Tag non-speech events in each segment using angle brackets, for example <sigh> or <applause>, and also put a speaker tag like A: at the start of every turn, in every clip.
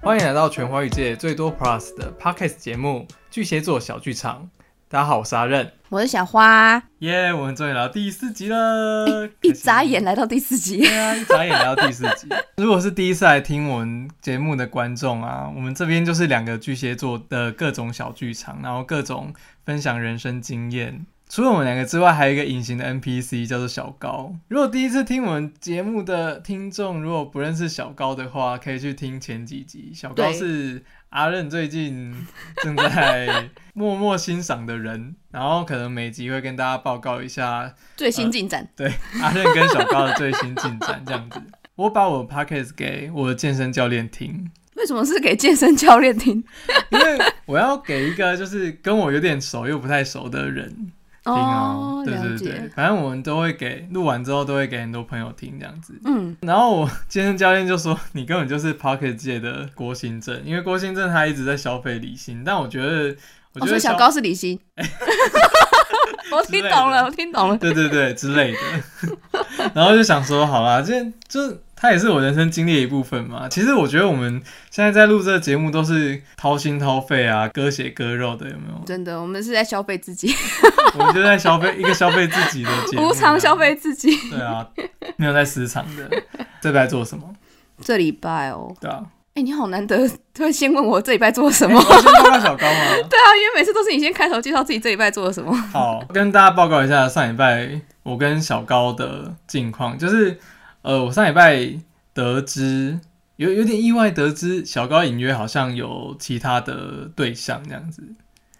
A: 欢迎来到全华语界最多 Plus 的 Podcast 节目《巨蟹座小剧场》。大家好，我是阿任。
B: 我是小花，
A: 耶、我们终于来到第四集了，
B: 一
A: 开心
B: 眨眼来到第四 <laughs> 集，
A: 对啊，一眨眼来到第四
B: <laughs>
A: 集。如果是第一次来听我们节目的观众啊，我们这边就是两个巨蟹座的各种小剧场，然后各种分享人生经验。除了我们两个之外，还有一个隐形的 NPC 叫做小高。如果第一次听我们节目的听众，如果不认识小高的话，可以去听前几集。小高
B: 对
A: 是阿任最近正在 <laughs> 默默欣赏的人，然后可能每集会跟大家报告一下
B: 最新进展。
A: 对，阿任跟小高的最新进展这样子。我把我的 podcast 给我的健身教练听，
B: 为什么是给健身教练听？
A: 因为我要给一个就是跟我有点熟又不太熟的人 <laughs> 听哦。，
B: 哦
A: 对
B: 了
A: 对
B: 解
A: 对，，反正我们都会给录完之后都会给很多朋友听这样子。
B: 嗯，
A: 然后我健身教练就说：“你根本就是 podcast 界的郭新正，因为郭新正他一直在消费理性，但我觉得，我
B: 我
A: 觉
B: 说
A: 得
B: 哦小高是
A: <laughs>
B: 李欣，我听懂了，我听懂了，
A: 对对对之类的。 <laughs> 然后就想说，好啦，这这它也是我人生经历的一部分嘛。其实我觉得我们现在在录这个节目都是掏心掏肺啊，割血割肉的，有没有？
B: 真的，我们是在消费自己，
A: 我们就在消费一个消费自己的节目，
B: <laughs>
A: 啊
B: 无偿消。费自己。
A: <laughs> 对啊，没有在私藏的，这礼拜做什么？
B: 这礼拜哦，
A: 对啊，哎
B: 哎、你好难得，会先问我这礼拜做了什么？ <laughs>
A: 我先报告小高嘛。
B: 对啊，因为每次都是你先开头介绍自己这礼拜做了什么。
A: 好，跟大家报告一下上礼拜我跟小高的近况，就是呃，我上礼拜得知有有点意外得知小高隐约好像有其他的对象这样子，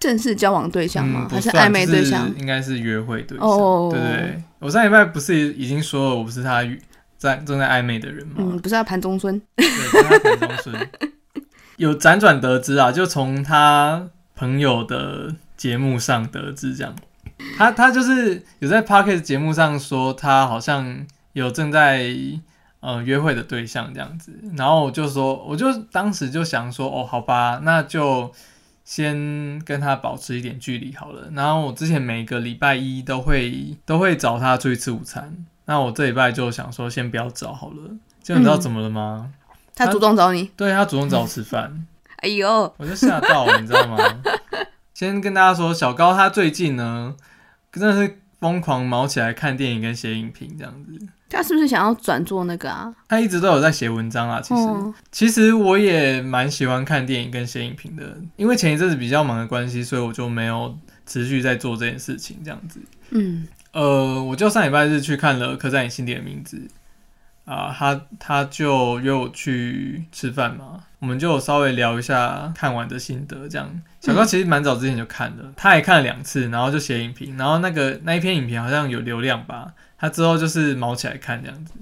B: 正式交往对象吗？
A: 嗯，不
B: 还是
A: 算
B: 暧昧对象
A: 就？是应该是约会对象，
B: 哦
A: 对对对。我上礼拜不是已经说了我不是他在正在暧昧的人吗？
B: 嗯，不是要盘中孙，
A: 对，跟他同宗孙。有辗转得知啊，就从他朋友的节目上得知，这样，他他就是有在 p o d c a s t 节目上说他好像有正在呃约会的对象这样子，然后我就说，我就当时就想说，哦，好吧，那就先跟他保持一点距离好了。然后我之前每个礼拜一都会都会找他出去吃午餐，那我这礼拜就想说先不要找好了。结果你知道
B: 嗯
A: 怎么了吗？
B: 他主动找你，
A: 对他主动找我吃饭，
B: 哎呦，
A: 我就吓到了，你知道吗？先跟大家说，小高他最近呢，真的是疯狂忙起来看电影跟写影评这样子。
B: 他是不是想要转做那个啊？
A: 他一直都有在写文章啊，其实、
B: 哦
A: 其实我也蛮喜欢看电影跟写影评的，因为前一阵子比较忙的关系，所以我就没有持续在做这件事情这样子。
B: 嗯，
A: 呃，我就上礼拜日去看了《刻在你心底的名字》啊、他他就约我去吃饭嘛，我们就有稍微聊一下看完的心得，这样。小高其实蛮早之前就看了，他也看了两次，然后就写影评，然后那个那一篇影评好像有流量吧，他之后就是毛起来看这样子。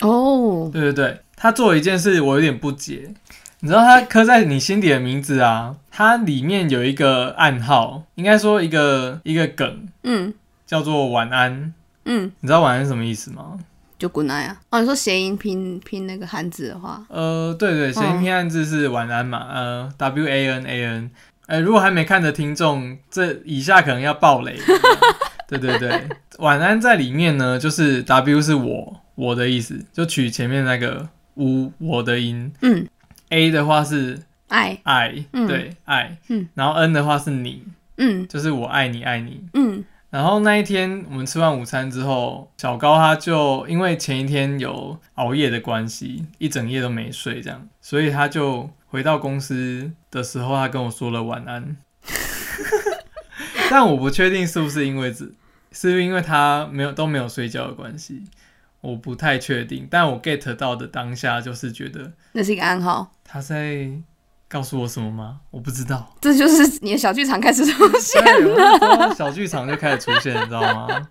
B: 哦，
A: 对对对，他做了一件事我有点不解，你知道他刻在你心底的名字啊，它里面有一个暗号，应该说一个一个梗
B: 嗯
A: 叫做晚安。
B: 嗯，
A: 你知道晚安是什么意思吗？
B: 就 good night 啊。哦，你说谐音拼拼那个汉字的话，
A: 呃，对对，谐音拼汉字是晚安嘛，呃，W A N A N。哎，如果还没看的听众，这以下可能要爆 <laughs> 雷。对对对，晚安在里面呢，就是 W 是我我的意思，就取前面那个 u 我的音。
B: 嗯，
A: A 的话是
B: 爱，
A: 爱，
B: 嗯
A: 对爱，
B: 嗯，
A: 然后 N 的话是你，
B: 嗯
A: 就是我爱你爱你。
B: 嗯
A: 然后那一天我们吃完午餐之后，小高他就因为前一天有熬夜的关系，一整夜都没睡，这样，所以他就回到公司的时候，他跟我说了晚安。 <laughs> 但我不确定是不是因为这，是不是因为他没有都没有睡觉的关系，我不太确定。但我 get 到的当下就是觉得
B: 那是一个暗号，
A: 他在告诉我什么吗？我不知道。
B: 这就是你的小剧场开 <laughs> 始出现。
A: 对，我那时候小剧场就开始出现，你知道吗？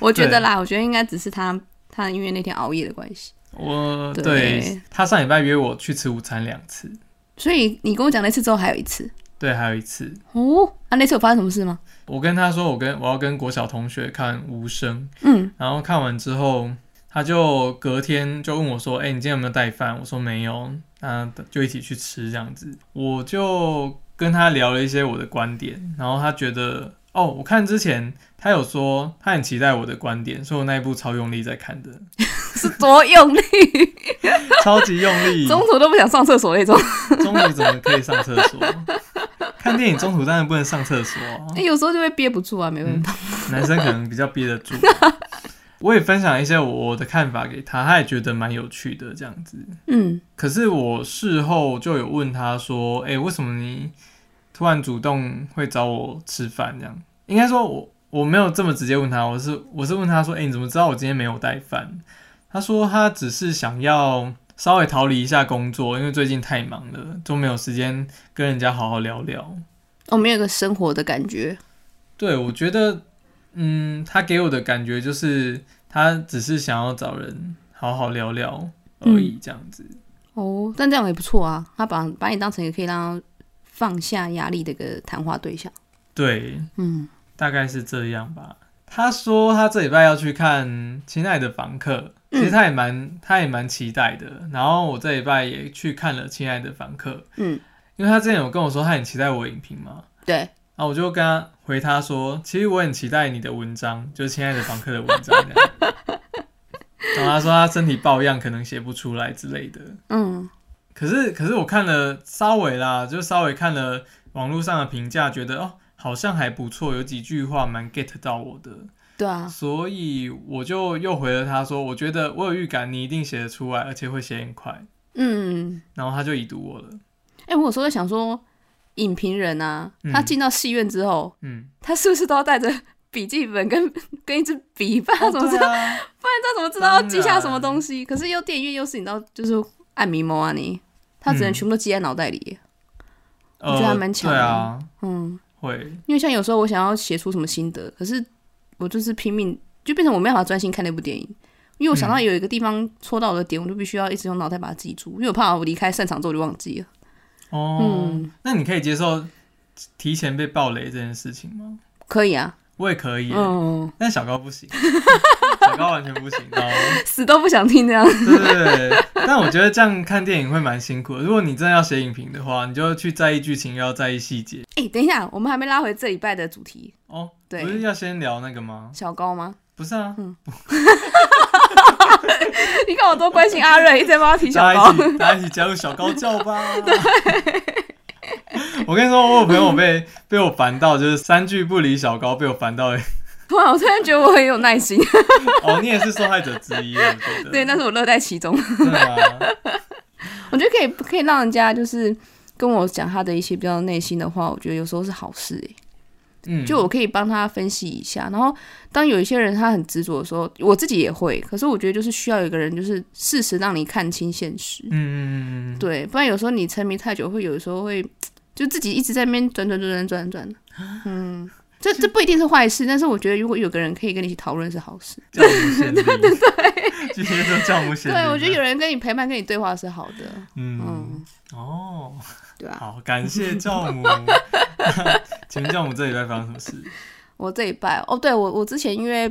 B: 我觉得啦，我觉得应该只是他他因为那天熬夜的关系，
A: 我
B: 对
A: 对他上礼拜约我去吃午餐两次，
B: 所以你跟我讲那次之后还有一次
A: 对，还有一次
B: 哦。啊，那次有发生什么事吗？
A: 我跟他说我跟我要跟国小同学看无声，
B: 嗯
A: 然后看完之后，他就隔天就问我说：“哎、你今天有没有带饭？”我说没有，那就一起去吃这样子。我就跟他聊了一些我的观点，然后他觉得哦，我看之前他有说他很期待我的观点，所以我那一部超用力在看的。
B: 是多用 <laughs> 力，
A: 超级用
B: <laughs>
A: 力，
B: 中途都不想上厕所那种。
A: 中途怎么可以上厕所？看电影中途当然不能上厕所啊、
B: 哎有时候就会憋不住啊，没办法。
A: 男生可能比较憋得住。我也分享一些我的看法给他，他也觉得蛮有趣的这样子。
B: 嗯
A: 可是我事后就有问他说：“哎、为什么你突然主动会找我吃饭？”这样应该说我我没有这么直接问他，我是我是问他说：“哎、你怎么知道我今天没有带饭？”他说他只是想要稍微逃离一下工作，因为最近太忙了，都没有时间跟人家好好聊聊。
B: 我哦们有个生活的感觉，
A: 对，我觉得，嗯，他给我的感觉就是他只是想要找人好好聊聊而已，这样子。
B: 哦，但这样也不错啊。他把把你当成一个可以让他放下压力的一个谈话对象。
A: 对，
B: 嗯，
A: 大概是这样吧。他说他这礼拜要去看《亲爱的房客》，其实他也蛮、他也蛮期待的。然后我这礼拜也去看了《亲爱的房客》，
B: 嗯，
A: 因为他之前有跟我说他很期待我影评嘛，
B: 对，
A: 啊，我就跟他回他说，其实我很期待你的文章，就是《亲爱的房客》的文章这样。然后他说他身体抱恙，可能写不出来之类的。
B: 嗯，
A: 可是可是我看了稍微啦，就稍微看了网络上的评价，觉得哦好像还不错，有几句话蛮 get 到我的，
B: 对啊，
A: 所以我就又回了他说，我觉得我有预感你一定写得出来，而且会写很快。
B: 嗯。
A: 然后他就已读我了，
B: 哎、我有时候在想说，影评人啊，
A: 嗯
B: 他进到戏院之后，
A: 嗯，
B: 他是不是都要带着笔记本跟 <laughs> 跟一支笔，不然他
A: 哦
B: 怎么知
A: 对
B: 道？
A: 啊？
B: 他怎么知道要记下什么
A: 当然
B: 东西？可是又电影院又是你知道，就是按迷蒙啊你，他只
A: 嗯
B: 能全部都记在脑袋里。我
A: 呃，
B: 觉得还蛮强的
A: 对啊，
B: 嗯，
A: 会，
B: 因为像有时候我想要写出什么心得，可是我就是拼命，就变成我没办法专心看那部电影。因为我想到有一个地方戳到我的点，我就必须要一直用脑袋把它记住，因为我怕我离开散场之后我就忘记了。
A: 哦，
B: 嗯，
A: 那你可以接受提前被暴雷这件事情吗？
B: 可以啊，
A: 我也可以耶，
B: 嗯，
A: 但小高不行， <laughs> 小高完全不行哦。
B: 死都不想听这样。
A: 对对对，但我觉得这样看电影会蛮辛苦的。如果你真的要写影评的话，你就去在意剧情，又要在意细节。
B: 哎、等一下，我们还没拉回这礼拜的主题，
A: 哦，
B: 对
A: 不是要先聊那个吗？
B: 小高吗？ <laughs>
A: 不是啊，
B: 你看我多关心阿瑞，一直在帮他提小
A: 大 <laughs>
B: 高
A: 家一。起，大家一起加入小高教吧。我跟你说，我有朋友被被我烦到，就是三句不离小高，被我烦到。
B: 哇，我突然觉得我很有耐心。 <laughs>
A: 哦，你也是受害者之一，我觉得。
B: 对，但是我乐在其中。
A: 真的吗？
B: 我觉得可以，可以让人家就是跟我讲他的一些比较内心的话，我觉得有时候是好事、欸。
A: 嗯，
B: 就我可以帮他分析一下。然后，当有一些人他很执着的时候，我自己也会。可是我觉得就是需要有一个人，就是适时让你看清现实。
A: 嗯嗯嗯嗯嗯，
B: 对，不然有时候你沉迷太久，会有时候会就自己一直在那边转转转转转转。嗯，这这不一定是坏事，但是我觉得如果有个人可以跟你一起讨论是好事。
A: 教母贤弟，对，巨蟹座教母贤
B: 对，
A: 弟，
B: 我觉得有人跟你陪伴、跟你对话是好的。
A: 嗯，
B: 嗯，
A: 哦，
B: 对啊。
A: 好，感谢教母。请问教母这礼拜发生什么事？
B: 我这一拜哦，对我我之前因为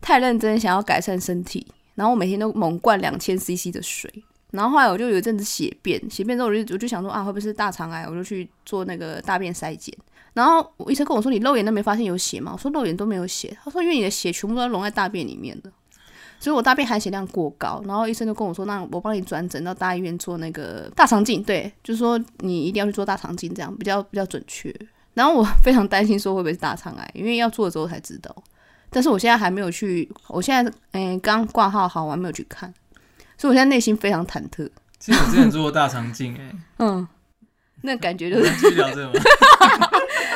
B: 太认真想要改善身体，然后我每天都猛灌两千 CC 的水，然后后来我就有一阵子血便，血便之后我就我就想说啊，会不会是大肠癌？我就去做那个大便筛检，然后我医生跟我说你肉眼都没发现有血吗？我说肉眼都没有血，他说因为你的血全部都融在大便里面的。所以我大便含血量过高，然后医生就跟我说，那我帮你转诊到大医院做那个大肠镜，对，就是说你一定要去做大肠镜，这样比较比较准确。然后我非常担心说会不会是大肠癌，因为要做了之后才知道。但是我现在还没有去，我现在嗯刚挂号好，我还没有去看，所以我现在内心非常忐忑。
A: 其实我之前做过大肠镜，哎，
B: 嗯，那感觉
A: 我
B: 就是，
A: 们继续聊这个吗？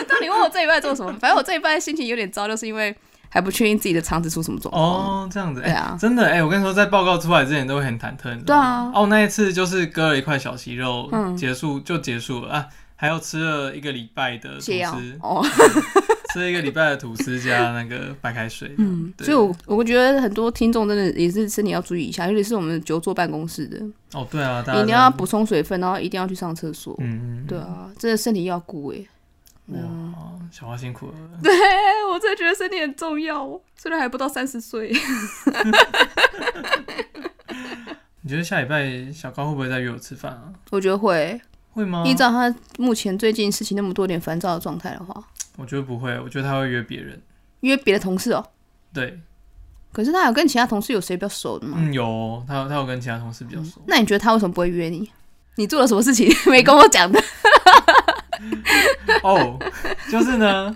B: 那你问我这一拜做什么？反正我这一拜心情有点糟，就是因为嗯还不确定自己的肠子出什么状况。
A: 哦，这样子，
B: 对
A: 哎，
B: 啊，
A: 真的，哎，我跟你说，在报告出来之前都会很忐忑，你知
B: 对
A: 道吗
B: 啊，
A: 哦，那一次就是割了一块小息肉，
B: 嗯
A: 结束就结束了啊，还有吃了一个礼拜的吐
B: 泻药
A: 司，
B: 哦，
A: 吃一个礼拜的吐司加那个白开水。
B: 嗯，
A: 对
B: 所以我我觉得很多听众真的也是身体要注意一下，尤其是我们久坐办公室的，
A: 哦，对啊，大家
B: 你一定
A: 这样
B: 要补充水分，然后一定要去上厕所。
A: 嗯，嗯
B: 对啊，真的身体要顾哎、
A: 嗯哇，小花辛苦了。
B: 哎，我真的觉得身体很重要，虽然还不到三十岁。 <laughs>
A: 你觉得下礼拜小高会不会再约我吃饭啊？
B: 我觉得会，
A: 会吗？
B: 依照他目前最近事情那么多，有点烦躁的状态的话，
A: 我觉得不会，我觉得他会约别人。
B: 约别的同事哦。
A: 对，
B: 可是他有跟其他同事有谁比较熟的吗？
A: 嗯，有哦他有他有跟其他同事比较熟，
B: 那你觉得他为什么不会约你？你做了什么事情 <laughs> 没跟我讲的？嗯
A: 哦，就是呢，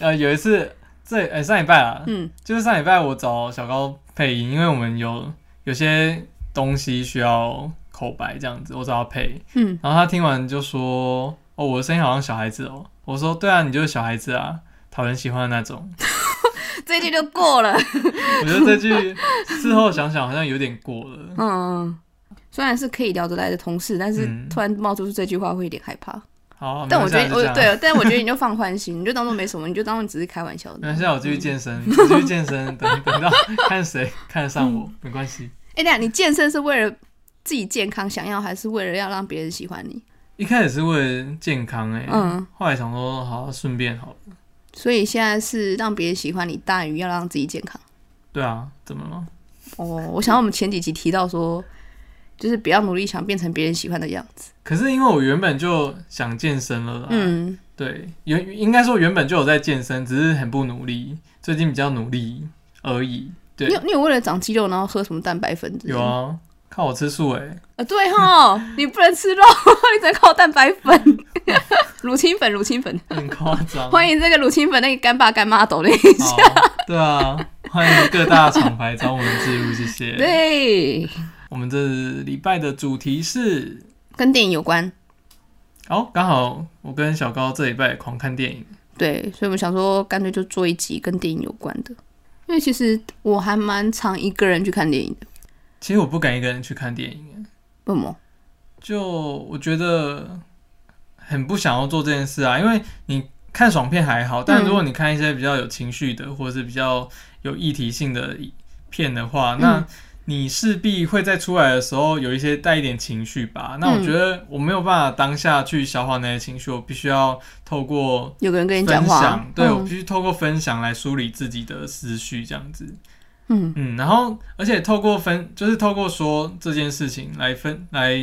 A: 呃，有一次这呃、上礼拜啊，
B: 嗯，
A: 就是上礼拜我找小高配音，因为我们有有些东西需要口白这样子，我找他配，
B: 嗯，
A: 然后他听完就说，哦，我的声音好像小孩子哦，我说对啊，你就是小孩子啊，讨人喜欢的那种，
B: <laughs> 这一句就过了。
A: 我觉得这句事后想想好像有点过了，
B: 嗯，虽然是可以聊得来的同事，但是
A: 嗯
B: 突然冒出这句话会有点害怕。
A: 好，没
B: 但我
A: 关
B: 觉
A: 系啊就这
B: 得，我
A: 样。
B: 对，但我觉得你就放宽心，你就当做没什么，你就当做只是开玩
A: <laughs>
B: 笑的。
A: 那现啊在我继续健身，我继续健身，等等
B: <laughs>
A: 到看谁看得上我，没关系。
B: 哎、那你健身是为了自己健康想要，还是为了要让别人喜欢你？
A: 一开始是为了健康哎、
B: 嗯，
A: 后来想说好顺便好了。
B: 所以现在是让别人喜欢你大于要让自己健康。
A: 对啊，怎么了？
B: 哦，我想到我们前几集提到说，就是不要努力想变成别人喜欢的样子。
A: 可是因为我原本就想健身了啦，，
B: 嗯，
A: 对，原应该说原本就有在健身，只是很不努力，最近比较努力而已。对
B: 你有你有为了长肌肉然后喝什么蛋白粉之类的
A: 有
B: 吗？
A: 啊，靠我吃素哎、
B: <laughs> 啊，对哈，你不能吃肉， <laughs> 你只能靠蛋白粉、 <laughs> 乳清粉、乳清粉。
A: 很夸张。
B: 欢迎这个乳清粉那个干爸干妈抖的。
A: 好，对啊，欢迎各大厂牌找我们植入，谢谢。
B: <laughs> 对，
A: 我们这礼拜的主题是
B: 跟电影有关。
A: 哦，刚好我跟小高这礼拜也狂看电影，
B: 对，所以我们想说，干脆就做一集跟电影有关的，因为其实我还蛮常一个人去看电影的。
A: 其实我不敢一个人去看电影，欸
B: 为什么？
A: 就我觉得很不想要做这件事啊，因为你看爽片还好，但如果你看一些比较有情绪的，或者是比较有议题性的片的话，那你势必会在出来的时候有一些带一点情绪吧。那我觉得我没有办法当下去消化那些情绪，我必须要透过
B: 有个人跟你讲
A: 分
B: 话
A: 享，，对、我
B: 嗯
A: 必须透过分享来梳理自己的思绪，这样子。
B: 嗯
A: 嗯，然后而且透过分，就是透过说这件事情来分来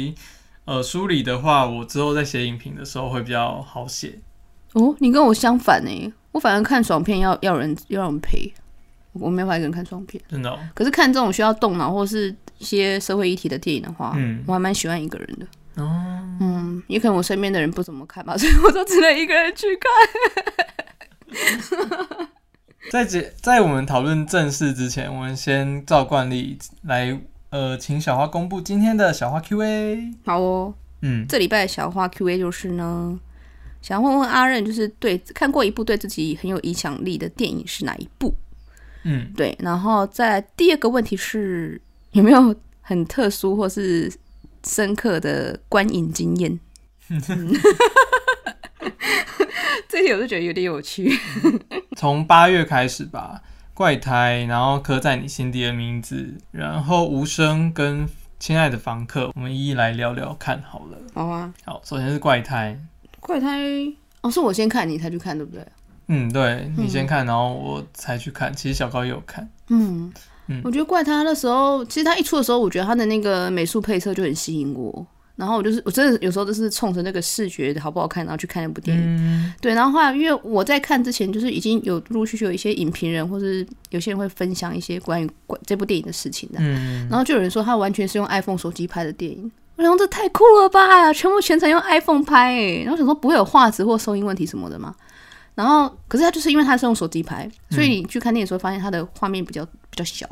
A: 呃梳理的话，我之后在写影评的时候会比较好写。
B: 哦，你跟我相反呢、我反而看爽片要要人要人陪，我没办法一个人看爽片。
A: 真的、哦，
B: 可是看这种需要动脑或是一些社会议题的电影的话，
A: 嗯
B: 我还蛮喜欢一个人的。
A: 哦，
B: 嗯，也可能我身边的人不怎么看吧，所以我都只能一个人去看。
A: 在节在我们讨论正事之前，我们先照惯例来呃，请小花公布今天的小花 Q&A。
B: 好哦，
A: 嗯，
B: 这礼拜的小花 Q&A 就是呢，想问问阿任，就是对看过一部对自己很有影响力的电影是哪一部？
A: 嗯，
B: 对，然后在第二个问题是有没有很特殊或是深刻的观影经验？ <laughs> 嗯这题我就觉得有点有趣。
A: 从八月开始吧，怪胎，然后刻在你心底的名字，然后无声跟亲爱的房客，我们一一来聊聊看好了。
B: 好啊，
A: 好，首先是怪胎，
B: 怪胎哦，是我先看你才去看，对不对？
A: 嗯，对你先看，然后我才去看。其实小高也有看，
B: 嗯
A: 嗯，
B: 我觉得怪他那时候，其实他一出的时候，我觉得他的那个美术配色就很吸引我。然后我就是，我真的有时候就是冲着那个视觉好不好看，然后去看那部电影。
A: 嗯，
B: 对，然后后来因为我在看之前，就是已经有陆陆续续有一些影评人或是有些人会分享一些关于关这部电影的事情的。
A: 嗯，
B: 然后就有人说他完全是用 iPhone 手机拍的电影，我想说这太酷了吧，全部全程用 iPhone 拍诶、然后想说不会有画质或收音问题什么的嘛。然后可是他就是因为他是用手机拍，
A: 嗯
B: 所以你去看电影的时候发现他的画面比较比较小，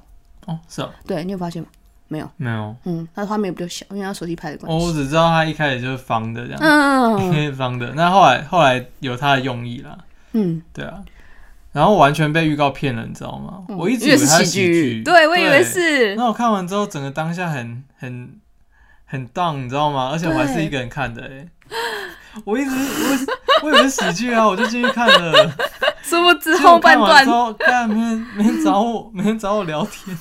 A: 哦，是哦，
B: 对你有发现吗？没有，
A: 没有，
B: 嗯，他的画面比较小，因为他手机拍的关
A: 哦，
B: 系。
A: 我只知道他一开始就是方的这样，
B: 嗯
A: 是 <laughs> 方的。那后来后来有他的用意啦，
B: 嗯，
A: 对啊。然后完全被预告骗了，你知道吗？我一直以
B: 嗯为
A: 为
B: 是
A: 他
B: 喜
A: 喜剧，
B: 对我以为。
A: <laughs>
B: 是，
A: 那我看完之后，整个当下很很很 down，你知道吗？而且我还是一个人看的、欸，我一直我我以为是喜剧啊，我就进去看
B: <laughs>
A: 了。
B: 殊不知
A: 结果
B: 后半
A: 看完
B: 段
A: 之后，干没人没人找我，没人找我聊天，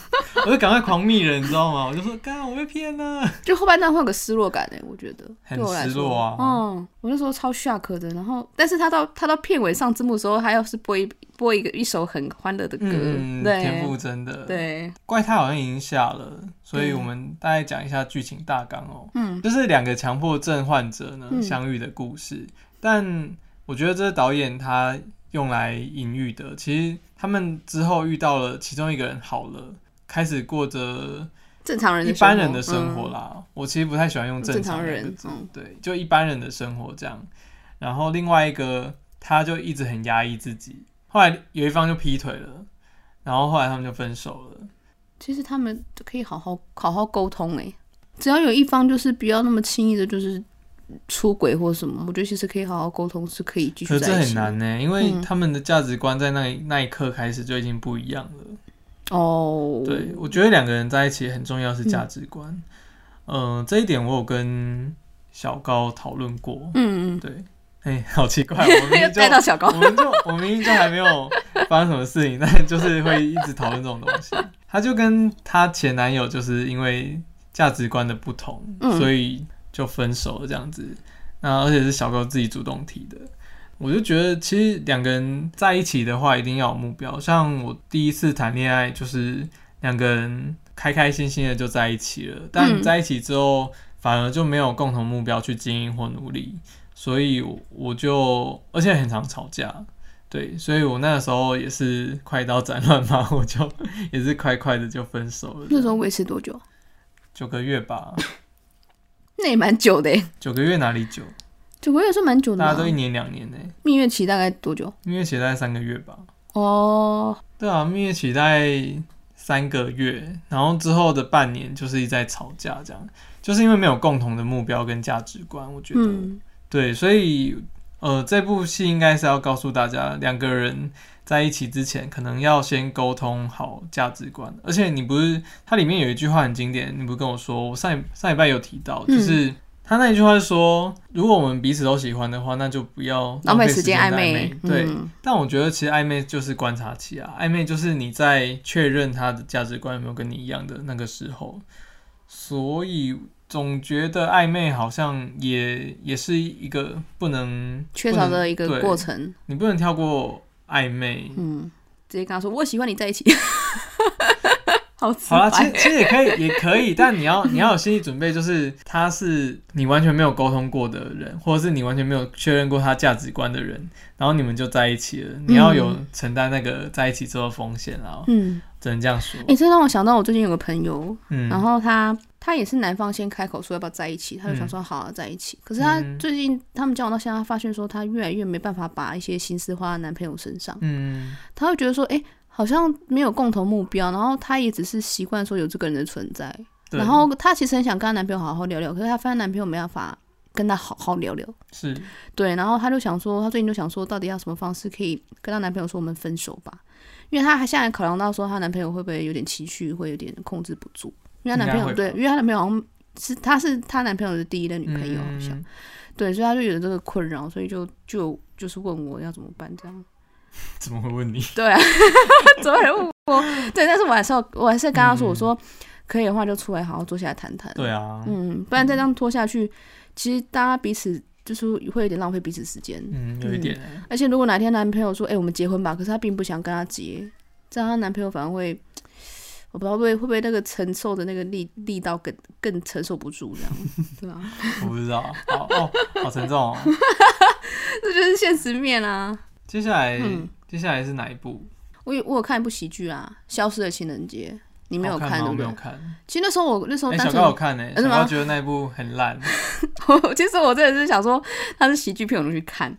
A: 我就赶快狂密人，你知道吗？我就说干，我被骗了。
B: 就后半段会有个失落感诶、欸我觉得
A: 很
B: 对我来
A: 失
B: 说，
A: 落啊
B: 嗯，我那时候超 shock 的，然后但是他到他到片尾上字幕的时候，他要是播一播一个一首很欢乐的歌，
A: 嗯，田馥
B: 对
A: 甄的，，
B: 对，
A: 怪他好像已经下了，所以
B: 嗯
A: 我们大概讲一下剧情大纲哦。
B: 嗯
A: 就是两个强迫症患者呢、
B: 嗯
A: 相遇的故事，但我觉得这是导演他用来隐喻的。其实他们之后遇到了其中一个人好了，开始过着
B: 正常人
A: 一
B: 的
A: 般人的
B: 生活
A: 生活
B: 嗯
A: 啦。我其实不太喜欢用
B: 正
A: 常
B: 常
A: 两
B: 人
A: 个字，
B: 嗯
A: 对，就一般人的生活这样。然后另外一个他就一直很压抑自己，后来有一方就劈腿了，然后后来他们就分手了。
B: 其实他们都可以好好好好沟通诶，只要有一方就是不要那么轻易的，就是出轨或什么，我觉得其实可以好好沟通，是可以继
A: 可
B: 续
A: 是这
B: 在一
A: 很
B: 起。
A: 难呢、因为
B: 嗯
A: 他们的价值观在那一那一刻开始就已经不一样了。
B: 哦，
A: 对，我觉得两个人在一起很重要是价值观。嗯、这一点我有跟小高讨论过。
B: 嗯，嗯
A: 对，哎、好奇
B: <laughs>
A: 怪， <laughs> 我
B: 嗯，
A: 们
B: 要
A: 就
B: 带到小高
A: 我，们就我明明就还没有发生什么事情，但就是会一直讨论这种东西。她就跟她前男友就是因为价值观的不同，
B: 嗯
A: 所以就分手了这样子。那而且是小高自己主动提的。我就觉得，其实两个人在一起的话，一定要有目标。像我第一次谈恋爱，就是两个人开开心心的就在一起了，但
B: 嗯
A: 在一起之后，反而就没有共同目标去经营或努力。所以我我就而且很常吵架，对，所以我那个时候也是快刀斩乱麻， <laughs> 我就也是快快的就分手了。
B: 那时候维持多久？
A: 九个月吧，
B: 那也蛮久的欸诶，
A: 九个月哪里久？
B: 九个月是蛮久的
A: 大
B: 嘛。
A: 家都一年两年呢、
B: 蜜月期大概多久？
A: 蜜月期大概三个月吧。
B: 哦，
A: 对啊，蜜月期大概三个月，然后之后的半年就是一直在吵架，这样就是因为没有共同的目标跟价值观，我觉得。
B: 嗯，
A: 对，所以呃，这部戏应该是要告诉大家，两个人在一起之前，可能要先沟通好价值观。而且你不是它里面有一句话很经典，你不是跟我说，我上一上礼拜有提到，
B: 嗯
A: 就是。他那一句话是说，如果我们彼此都喜欢的话，那就不要
B: 浪
A: 费
B: 费时
A: 间
B: 间
A: 在
B: 暧
A: 昧。对，
B: 嗯
A: 但我觉得其实暧昧就是观察期啊，暧昧就是你在确认他的价值观有没有跟你一样的那个时候，所以总觉得暧昧好像也也是一个不能
B: 缺少
A: 不能
B: 的一个
A: 对
B: 过程，
A: 你不能跳过暧
B: <laughs>
A: 昧。
B: 嗯，直接跟他说我喜欢你在一起， <laughs> 好直
A: 好啦，其实
B: 白，
A: 其实也可以，也可以，但你
B: <laughs>
A: 要你要有心理准备，就是他是你完全没有沟通过的人，或者是你完全没有确认过他价值观的人，然后你们就在一起了，你要有
B: 嗯
A: 承担那个在一起之后的风险啊，
B: 嗯，
A: 只能这样说。
B: 哎，这让我想到我最近有个朋友，
A: 嗯，
B: 然后他他也是男方先开口说要不要在一起，他就想说好、啊、在一起。可是他
A: 嗯
B: 最近他们交往到现在，他发现说他越来越没办法把一些心思花在男朋友身上，
A: 嗯
B: 他会觉得说，哎、好像没有共同目标，然后他也只是习惯说有这个人的存在，，
A: 对
B: 然后她其实很想跟她男朋友好好聊聊，可是她发现男朋友没办法跟她好好聊聊，
A: 是
B: 对，然后她就想说，她最近就想说，到底要什么方式可以跟她男朋友说我们分手吧？因为她还现在考量到说，她男朋友会不会有点情绪，会有点控制不住，因为她男
A: 应
B: 朋
A: 该会
B: 友对，
A: 吧
B: 因为她男朋友好像是她是她男朋友的第一任女朋友，好
A: 嗯
B: 像、对，所以她就有这个困扰，所以就就就是问我要怎么办这样。
A: 怎么会问你？
B: 对啊， <laughs> 怎么有人问我？对，但是我还是要，我还是跟她说，我说可以的话就出来好好坐下来谈谈。
A: 嗯对啊，
B: 嗯，不然再这样拖下去，其实大家彼此就是会有点浪费彼此时间。
A: 嗯，有一点欸、
B: 而且如果哪天男朋友说：“哎、我们结婚吧”，可是她并不想跟他结，这样她男朋友反而会，我不知道会不会会不会那个承受的那个力力道更更承受不住这样， <laughs> 对吧、啊？
A: 我不知道，好哦，好沉重
B: <laughs>
A: 哦。
B: 这就是现实面啊。
A: 接下来，
B: 嗯
A: 接下来是哪一部？
B: 我有我有看一部喜剧啊，《消失的情人节》，你没有
A: 好看
B: 看
A: 吗
B: 对
A: 我
B: 不
A: 没
B: 对
A: 有？看。
B: 其实那时候我那时候
A: 哎、
B: 单
A: 小
B: 纯
A: 高有看呢、
B: 真
A: 小
B: 的
A: 高
B: 吗
A: 觉得那一部很烂。
B: <laughs> 我其实我真的是想说它是喜剧片，我就去看。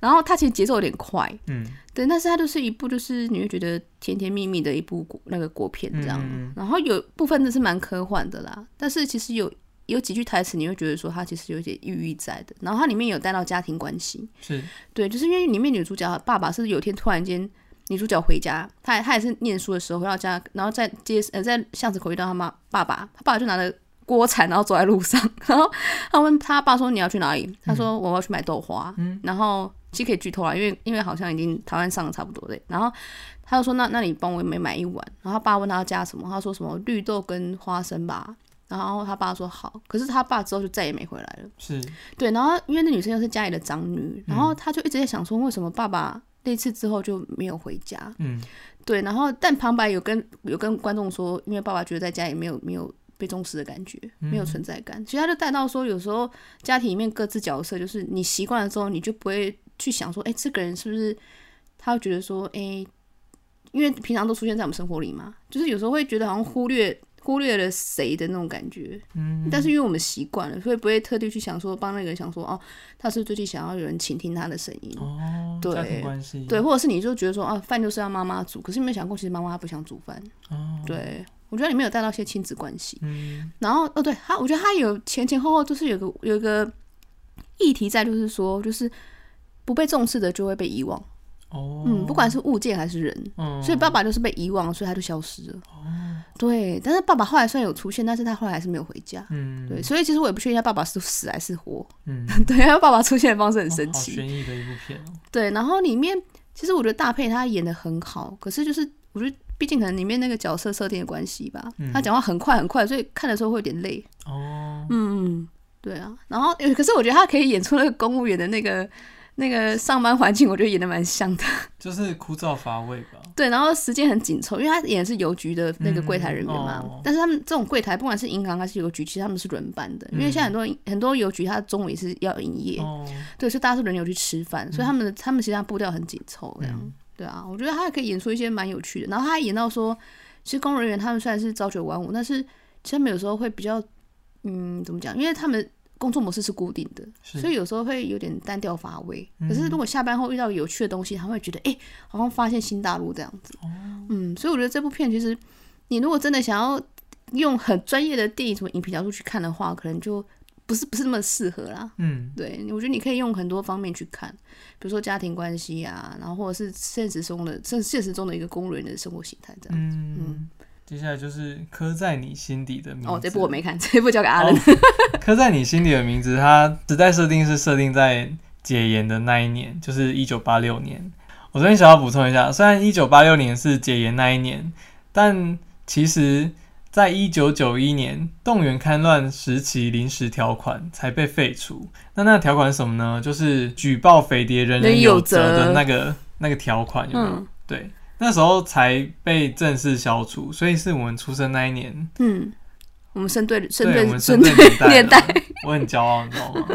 B: 然后它其实节奏有点快，
A: 嗯，
B: 对，但是它就是一部就是你会觉得甜甜蜜蜜的一部国那个国片这样，
A: 嗯
B: 然后有部分真是蛮科幻的啦，但是其实有有几句台词你会觉得说它其实有一点寓意在的，然后它里面有带到家庭关系，
A: 是
B: 对，就是因为里面女主角爸爸是有一天突然间女主角回家，她她也是念书的时候回到家，然后在街呃在巷子口遇到她妈爸爸，她爸爸就拿着锅铲，然后走在路上， <laughs> 然后她问她爸说你要去哪里？她说我要去买豆花，
A: 嗯
B: 然后其实可以剧透啦，因为因为好像已经台湾上的差不多嘞，然后。她就说：“那那你帮我也买一碗。”然后她爸问她要加什么，她说什么绿豆跟花生吧。然后她爸说好，可是她爸之后就再也没回来了。
A: 是，
B: 对，然后因为那女生又是家里的长女，然后她就一直在想说，为什么爸爸那次之后就没有回家？
A: 嗯，
B: 对，然后但旁白有跟有跟观众说，因为爸爸觉得在家里没有没有被重视的感觉，没有存在感，其实他就带到说，有时候家庭里面各自角色，就是你习惯了之后，你就不会去想说，哎，这个人是不是他会觉得说，诶、因为平常都出现在我们生活里嘛，就是有时候会觉得好像忽略忽略了谁的那种感觉。嗯，但是因为我们习惯了，所以不会特地去想说帮那个人想说，哦，他是不是最近想要有人倾听他的声音。
A: 哦，
B: 对
A: 家庭关系，
B: 对，，或者是你就觉得说，啊，饭就是要妈妈煮，可是你有没有想过，其实妈妈她不想煮饭。
A: 哦，
B: 对，我觉得里面有带到一些亲子关系。
A: 嗯，
B: 然后哦，对他，我觉得他有前前后后就是有个有一个议题在，就是说，就是不被重视的就会被遗忘，
A: 哦，
B: 嗯，不管是物件还是人，
A: 嗯，哦
B: 所以爸爸就是被遗忘，所以他就消失了。对，但是爸爸后来虽然有出现，但是他后来还是没有回家。
A: 嗯，
B: 对，所以其实我也不确定他爸爸是死还是活。 <laughs>
A: 嗯，
B: 对，他爸爸出现的方式很
A: 哦
B: 神
A: 好
B: 奇。
A: 悬疑的一部片哦，
B: 对，然后里面其实我觉得大佩他演的很好，可是就是我觉得毕竟可能里面那个角色设定的关系吧，
A: 嗯
B: 他讲话很快很快，所以看的时候会有点累。
A: 哦，
B: 嗯，对啊。然后呃可是我觉得他可以演出那个公务员的那个那个上班环境，我觉得演的蛮像的。
A: 就是枯燥乏味吧，
B: 对，然后时间很紧凑，因为他演的是邮局的那个柜台人员嘛。
A: 嗯哦
B: 但是他们这种柜台，不管是银行还是邮局，其实他们是轮班的，因为现在很多很多邮局它中午也是要营业，
A: 嗯哦，嗯
B: 对，所以大家是轮流去吃饭，所以他们的、他们其实上步调很紧凑，这样、对啊，我觉得他还可以演出一些蛮有趣的。然后他还演到说，其实公务人员他们虽然是朝九晚五，但是其实他们有时候会比较，嗯，怎么讲？因为他们工作模式是固定的，
A: 是
B: 所以有时候会有点单调乏味。
A: 嗯
B: 可是如果下班后遇到有趣的东西，他会觉得哎、诶好像发现新大陆这样子。
A: 哦
B: 嗯，所以我觉得这部片其实你如果真的想要用很专业的电影什么影评角度去看的话，可能就不是不是那么适合啦。
A: 嗯，
B: 对，我觉得你可以用很多方面去看，比如说家庭关系啊，然后或者是现实中的现现实中的一个公务员的生活形态这样。
A: 嗯，接下来就是刻在你心底的名字。
B: 哦，这部我没看，这部交给阿
A: 好
B: 伦。
A: <laughs> 刻在你心底的名字，它时代设定是设定在解严的那一年，就是一九八六年。我这边想要补充一下，虽然一九八六年是解严那一年，但其实在一九九一年动员戡乱时期临时条款才被废除。那那条款是什么呢？就是举报匪谍人人
B: 人有
A: 有责
B: 责
A: 的那个那个条款，有没有？
B: 嗯
A: 对，那时候才被正式消除，所以是我们出生那一年，
B: 嗯，我们生对生
A: 对我
B: 对
A: 们
B: 生
A: 对
B: 对
A: 年
B: 年代
A: 代，了， <laughs> 我很骄傲，你知道吗？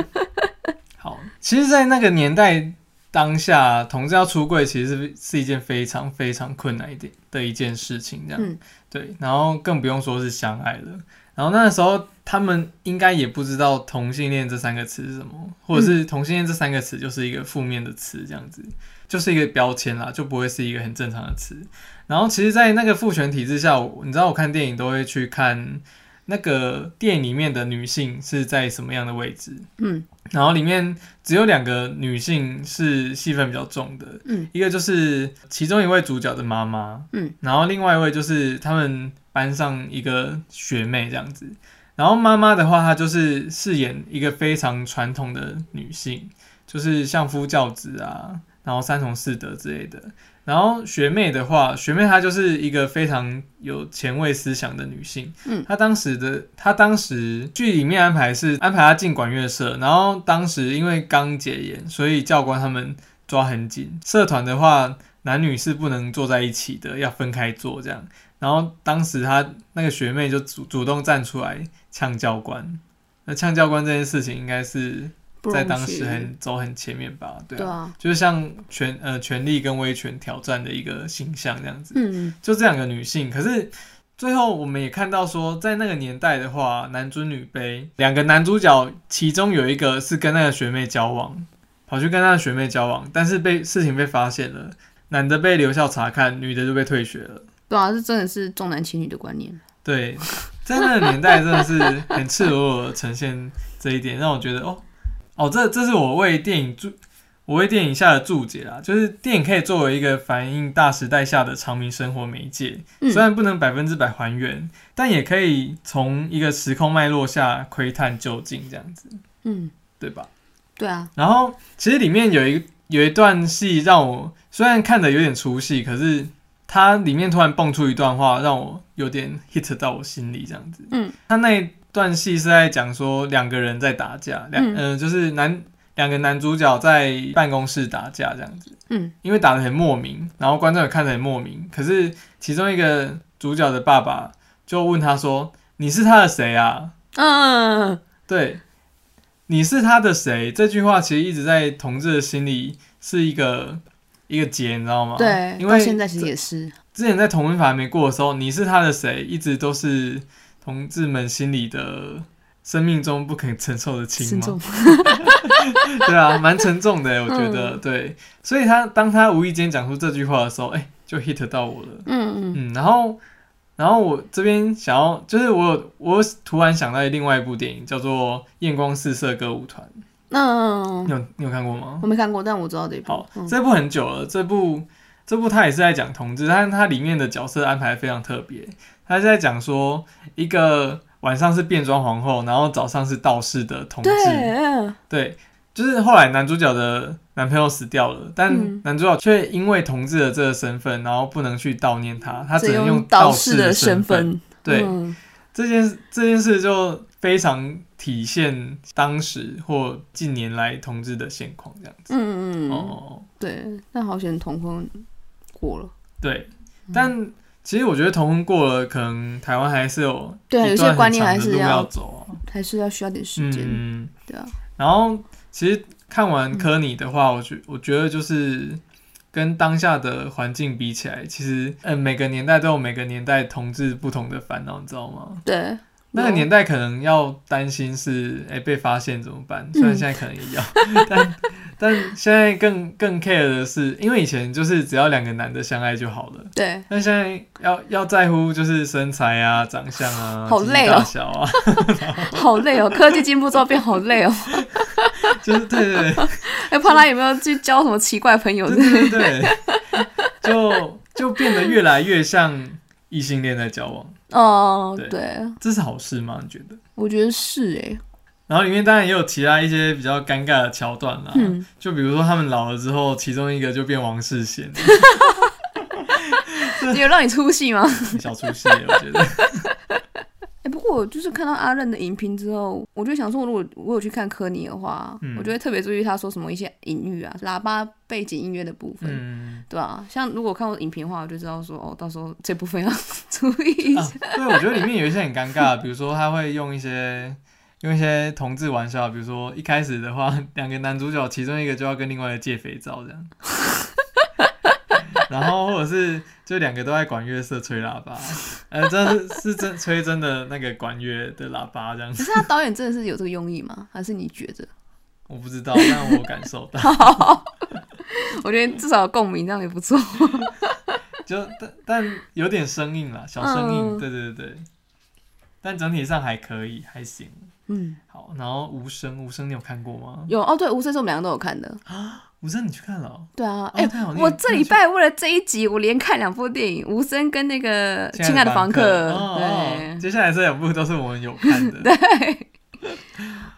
A: <laughs> 好，其实，在那个年代当下，同志要出柜其实是是一件非常非常困难一点的一件事情，这样、
B: 嗯
A: 对，然后更不用说是相爱了。然后那时候他们应该也不知道同性恋这三个词是什么，或者是同性恋这三个词就是一个负面的词，这样子就是一个标签啦，就不会是一个很正常的词。然后其实，在那个父权体制下，我你知道我看电影都会去看那个电影里面的女性是在什么样的位置，
B: 嗯
A: 然后里面只有两个女性是戏份比较重的，
B: 嗯，
A: 一个就是其中一位主角的妈妈，
B: 嗯，
A: 然后另外一位就是他们班上一个学妹这样子。然后妈妈的话，她就是饰演一个非常传统的女性，就是相夫教子啊，然后三从四德之类的。然后学妹的话，学妹她就是一个非常有前卫思想的女性。
B: 嗯
A: 她当时的她当时剧里面安排是安排她进管乐社，然后当时因为刚解严，所以教官他们抓很紧。社团的话，男女是不能坐在一起的，要分开坐这样。然后当时她那个学妹就主主动站出来呛教官。那呛教官这件事情，应该是
B: 不
A: 在
B: 容
A: 当
B: 许
A: 时很走很前面吧？对啊
B: 对啊，
A: 就是像权呃权力跟威权挑战的一个形象这样子。
B: 嗯
A: 就这两个女性，可是最后我们也看到说，在那个年代的话，男尊女卑，两个男主角其中有一个是跟那个学妹交往，跑去跟那个学妹交往，但是被事情被发现了，男的被留校查看，女的就被退学了。
B: 对啊，这真的是重男轻女的观念。
A: 对，在那个年代真的是很赤裸裸的呈现这一点，让我觉得哦哦，这这是我为电影注我为电影下的注解啦，就是电影可以作为一个反映大时代下的长民生活媒介，
B: 嗯
A: 虽然不能百分之百还原，但也可以从一个时空脉络下窥探究竟，这样子，
B: 嗯，
A: 对吧？
B: 对啊，
A: 然后其实里面有一有一段戏让我虽然看的有点出戏，可是它里面突然蹦出一段话，让我有点 hit 到我心里这样子。
B: 嗯，
A: 他那一段戏是在讲说两个人在打架，两
B: 嗯
A: 嗯、就是男两个男主角在办公室打架这样子。
B: 嗯
A: 因为打得很莫名，然后观众也看得很莫名。可是其中一个主角的爸爸就问他说：“你是他的谁啊？”
B: 嗯
A: 对，你是他的谁？这句话其实一直在同志的心里是一个一个结，你知道吗？
B: 对，
A: 哦因
B: 到
A: 为
B: 现在其实也是，
A: 之前在同婚法还没过的时候，你是他的谁，一直都是同志们心里的生命中不肯承受的轻
B: 慎
A: 嘛
B: 重。。
A: 对啊，蛮沉重的，我觉得、对。所以他当他无意间讲出这句话的时候，哎、就 hit 到我了。
B: 嗯嗯
A: 嗯，然后，然后我这边想要，就是我有我突然想到另外一部电影，叫做《艳光四射歌舞团》，
B: 嗯，
A: 你有你有看过吗？
B: 我没看过，但我知道这一部嗯
A: 好，，这部很久了，这部这部它也是在讲同志，但是它里面的角色安排非常特别，它是在讲说一个晚上是变装皇后，然后早上是道士的同志，
B: 对，嗯
A: 对，就是后来男主角的男朋友死掉了，但
B: 嗯
A: 男主角却因为同志的这个身份，然后不能去悼念他，他只
B: 这
A: 能
B: 用
A: 道
B: 士
A: 的
B: 身
A: 份。
B: 份，
A: 对
B: 嗯
A: 这件事这件事就非常体现当时或近年来同志的现况，这样子。
B: 嗯嗯嗯，
A: 哦，
B: 对，但好险同婚过了，
A: 对，
B: 嗯
A: 但其实我觉得同婚过了，可能台湾还是有
B: 对啊，有
A: 一
B: 些
A: 段
B: 观
A: 很
B: 念还
A: 长的
B: 是
A: 路要
B: 要
A: 走啊。
B: 还是要需要点时间，
A: 嗯，
B: 对啊，
A: 然后其实看
B: 嗯
A: 完科尼的话，我觉我觉得就是跟当下的环境比起来，其实嗯每个年代都有每个年代同志不同的烦恼，你知道吗？
B: 对，
A: 那个
B: 有啊
A: 年代可能要担心是哎、诶被发现怎么
B: 嗯
A: 办，虽然现在可能也要， <laughs> 但但现在更更 care 的是，因为以前就是只要两个男的相爱就好了。
B: 对，
A: 但现在要要在乎就是身材啊、长相啊、
B: <laughs> 好
A: 鸡鸡
B: 累
A: 大
B: 哦
A: 小啊， <laughs>
B: 好累哦，科技进步之后变好累哦，
A: 就是对
B: <laughs>
A: 对对，
B: 哎，怕他有没有去交什么奇怪朋友？
A: 对对对， <laughs> 就就变得越来越像异性恋在交往，
B: 哦
A: 对，
B: 对，
A: 这是好事吗？你觉得？
B: 我觉得是哎，
A: 然后里面当然也有其他一些比较尴尬的桥段啦，
B: 嗯
A: 就比如说他们老了之后，其中一个就变王世贤，
B: 有让你出
A: <laughs>
B: 戏吗？
A: 小出戏，我觉得。 <laughs>
B: 哎、不过我就是看到阿任的影评之后，我就想说，如果我有去看科尼的话，
A: 嗯
B: 我就会特别注意他说什么一些隐喻啊，喇叭背景音乐的部分，
A: 嗯，
B: 对啊，像如果看我的影评的话，我就知道说，哦，到时候这部分要 <laughs> 注意一
A: 啊
B: 下。，
A: 对，我觉得里面有一些很尴尬，比如说他会用一些。用一些同志玩笑，比如说一开始的话，两个男主角其中一个就要跟另外一个借肥皂这样， <laughs> 然后或者是就两个都在管乐社吹喇叭，呃，真的是是真吹真的那个管乐的喇叭这样
B: 可，是他导演真的是有这个用意吗？还是你觉得？
A: 我不知道，但我有感受到，
B: 我觉得至少有共鸣，这样也不错。
A: 就但但有点生硬啦，小生硬，
B: 嗯
A: 对对对，但整体上还可以，还行。
B: 嗯，
A: 好，然后无声，无声你有看过吗？
B: 有哦，对，无声是我们两个都有看的。
A: 无声你去看了哦、
B: 对啊，
A: 哦
B: 哎、
A: 太好了
B: 我
A: 你
B: 这
A: 你
B: 礼
A: 去
B: 拜为了这一集，我连看两部电影，《无声》跟那个《亲爱的房客》
A: 哦
B: 对。
A: 哦接下来这两部都是我们有看的。对，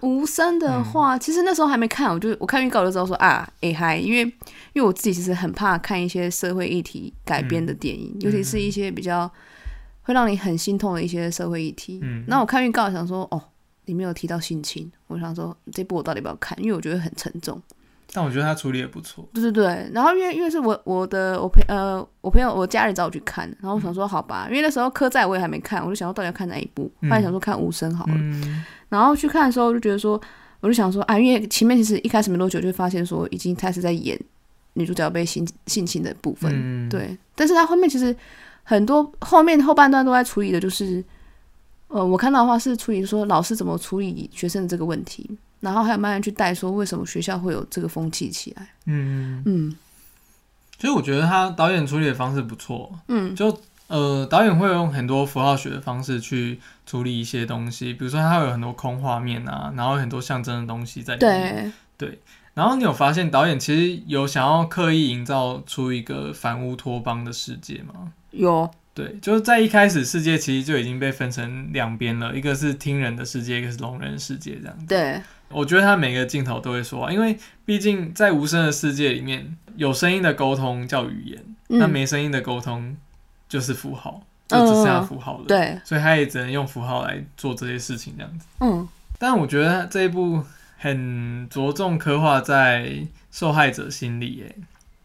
B: 无声的话，其实那时候还没看，我就我看预告就知道说啊，哎、嗨，因为因为我自己其实很怕看一些社会议题改编的电影，尤其是一些比较会让你很心痛的一些社会议题。
A: 嗯
B: 那我看预告想说，哦，里面有提到性侵，我想说这部我到底要不要看，因为我觉得很沉重。
A: 但我觉得他处理也不错。
B: 对对对，然后因为因为是我我的我朋呃我朋友我家人找我去看，然后我想说好吧，因为那时候科在我也还没看，我就想说到底要看哪一部，后来想说看无声好了。
A: 嗯，
B: 然后去看的时候就觉得说，我就想说啊，因为前面其实一开始没多久就发现说已经开始在演女主角被性性侵的部分，
A: 嗯，
B: 对。但是他后面其实很多后面后半段都在处理的就是，呃，我看到的话是处理说老师怎么处理学生的这个问题，然后还有慢慢去带说为什么学校会有这个风气起来，
A: 嗯，
B: 嗯
A: 所以我觉得他导演处理的方式不错。
B: 嗯
A: 就呃，导演会用很多符号学的方式去处理一些东西，比如说他会有很多空画面啊，然后有很多象征的东西在里面。
B: 对，
A: 然后你有发现导演其实有想要刻意营造出一个反乌托邦的世界吗？
B: 有
A: 对，就是在一开始，世界其实就已经被分成两边了，一个是听人的世界，一个是聋人世界，这样。
B: 对
A: 我觉得他每个镜头都会说啊，因为毕竟在无声的世界里面，有声音的沟通叫语言，那、
B: 嗯
A: 没声音的沟通就是符号，就只剩下符号了。，
B: 对
A: 所以他也只能用符号来做这些事情，这样子。
B: 嗯
A: 但我觉得这一部很着重刻画在受害者心里，诶，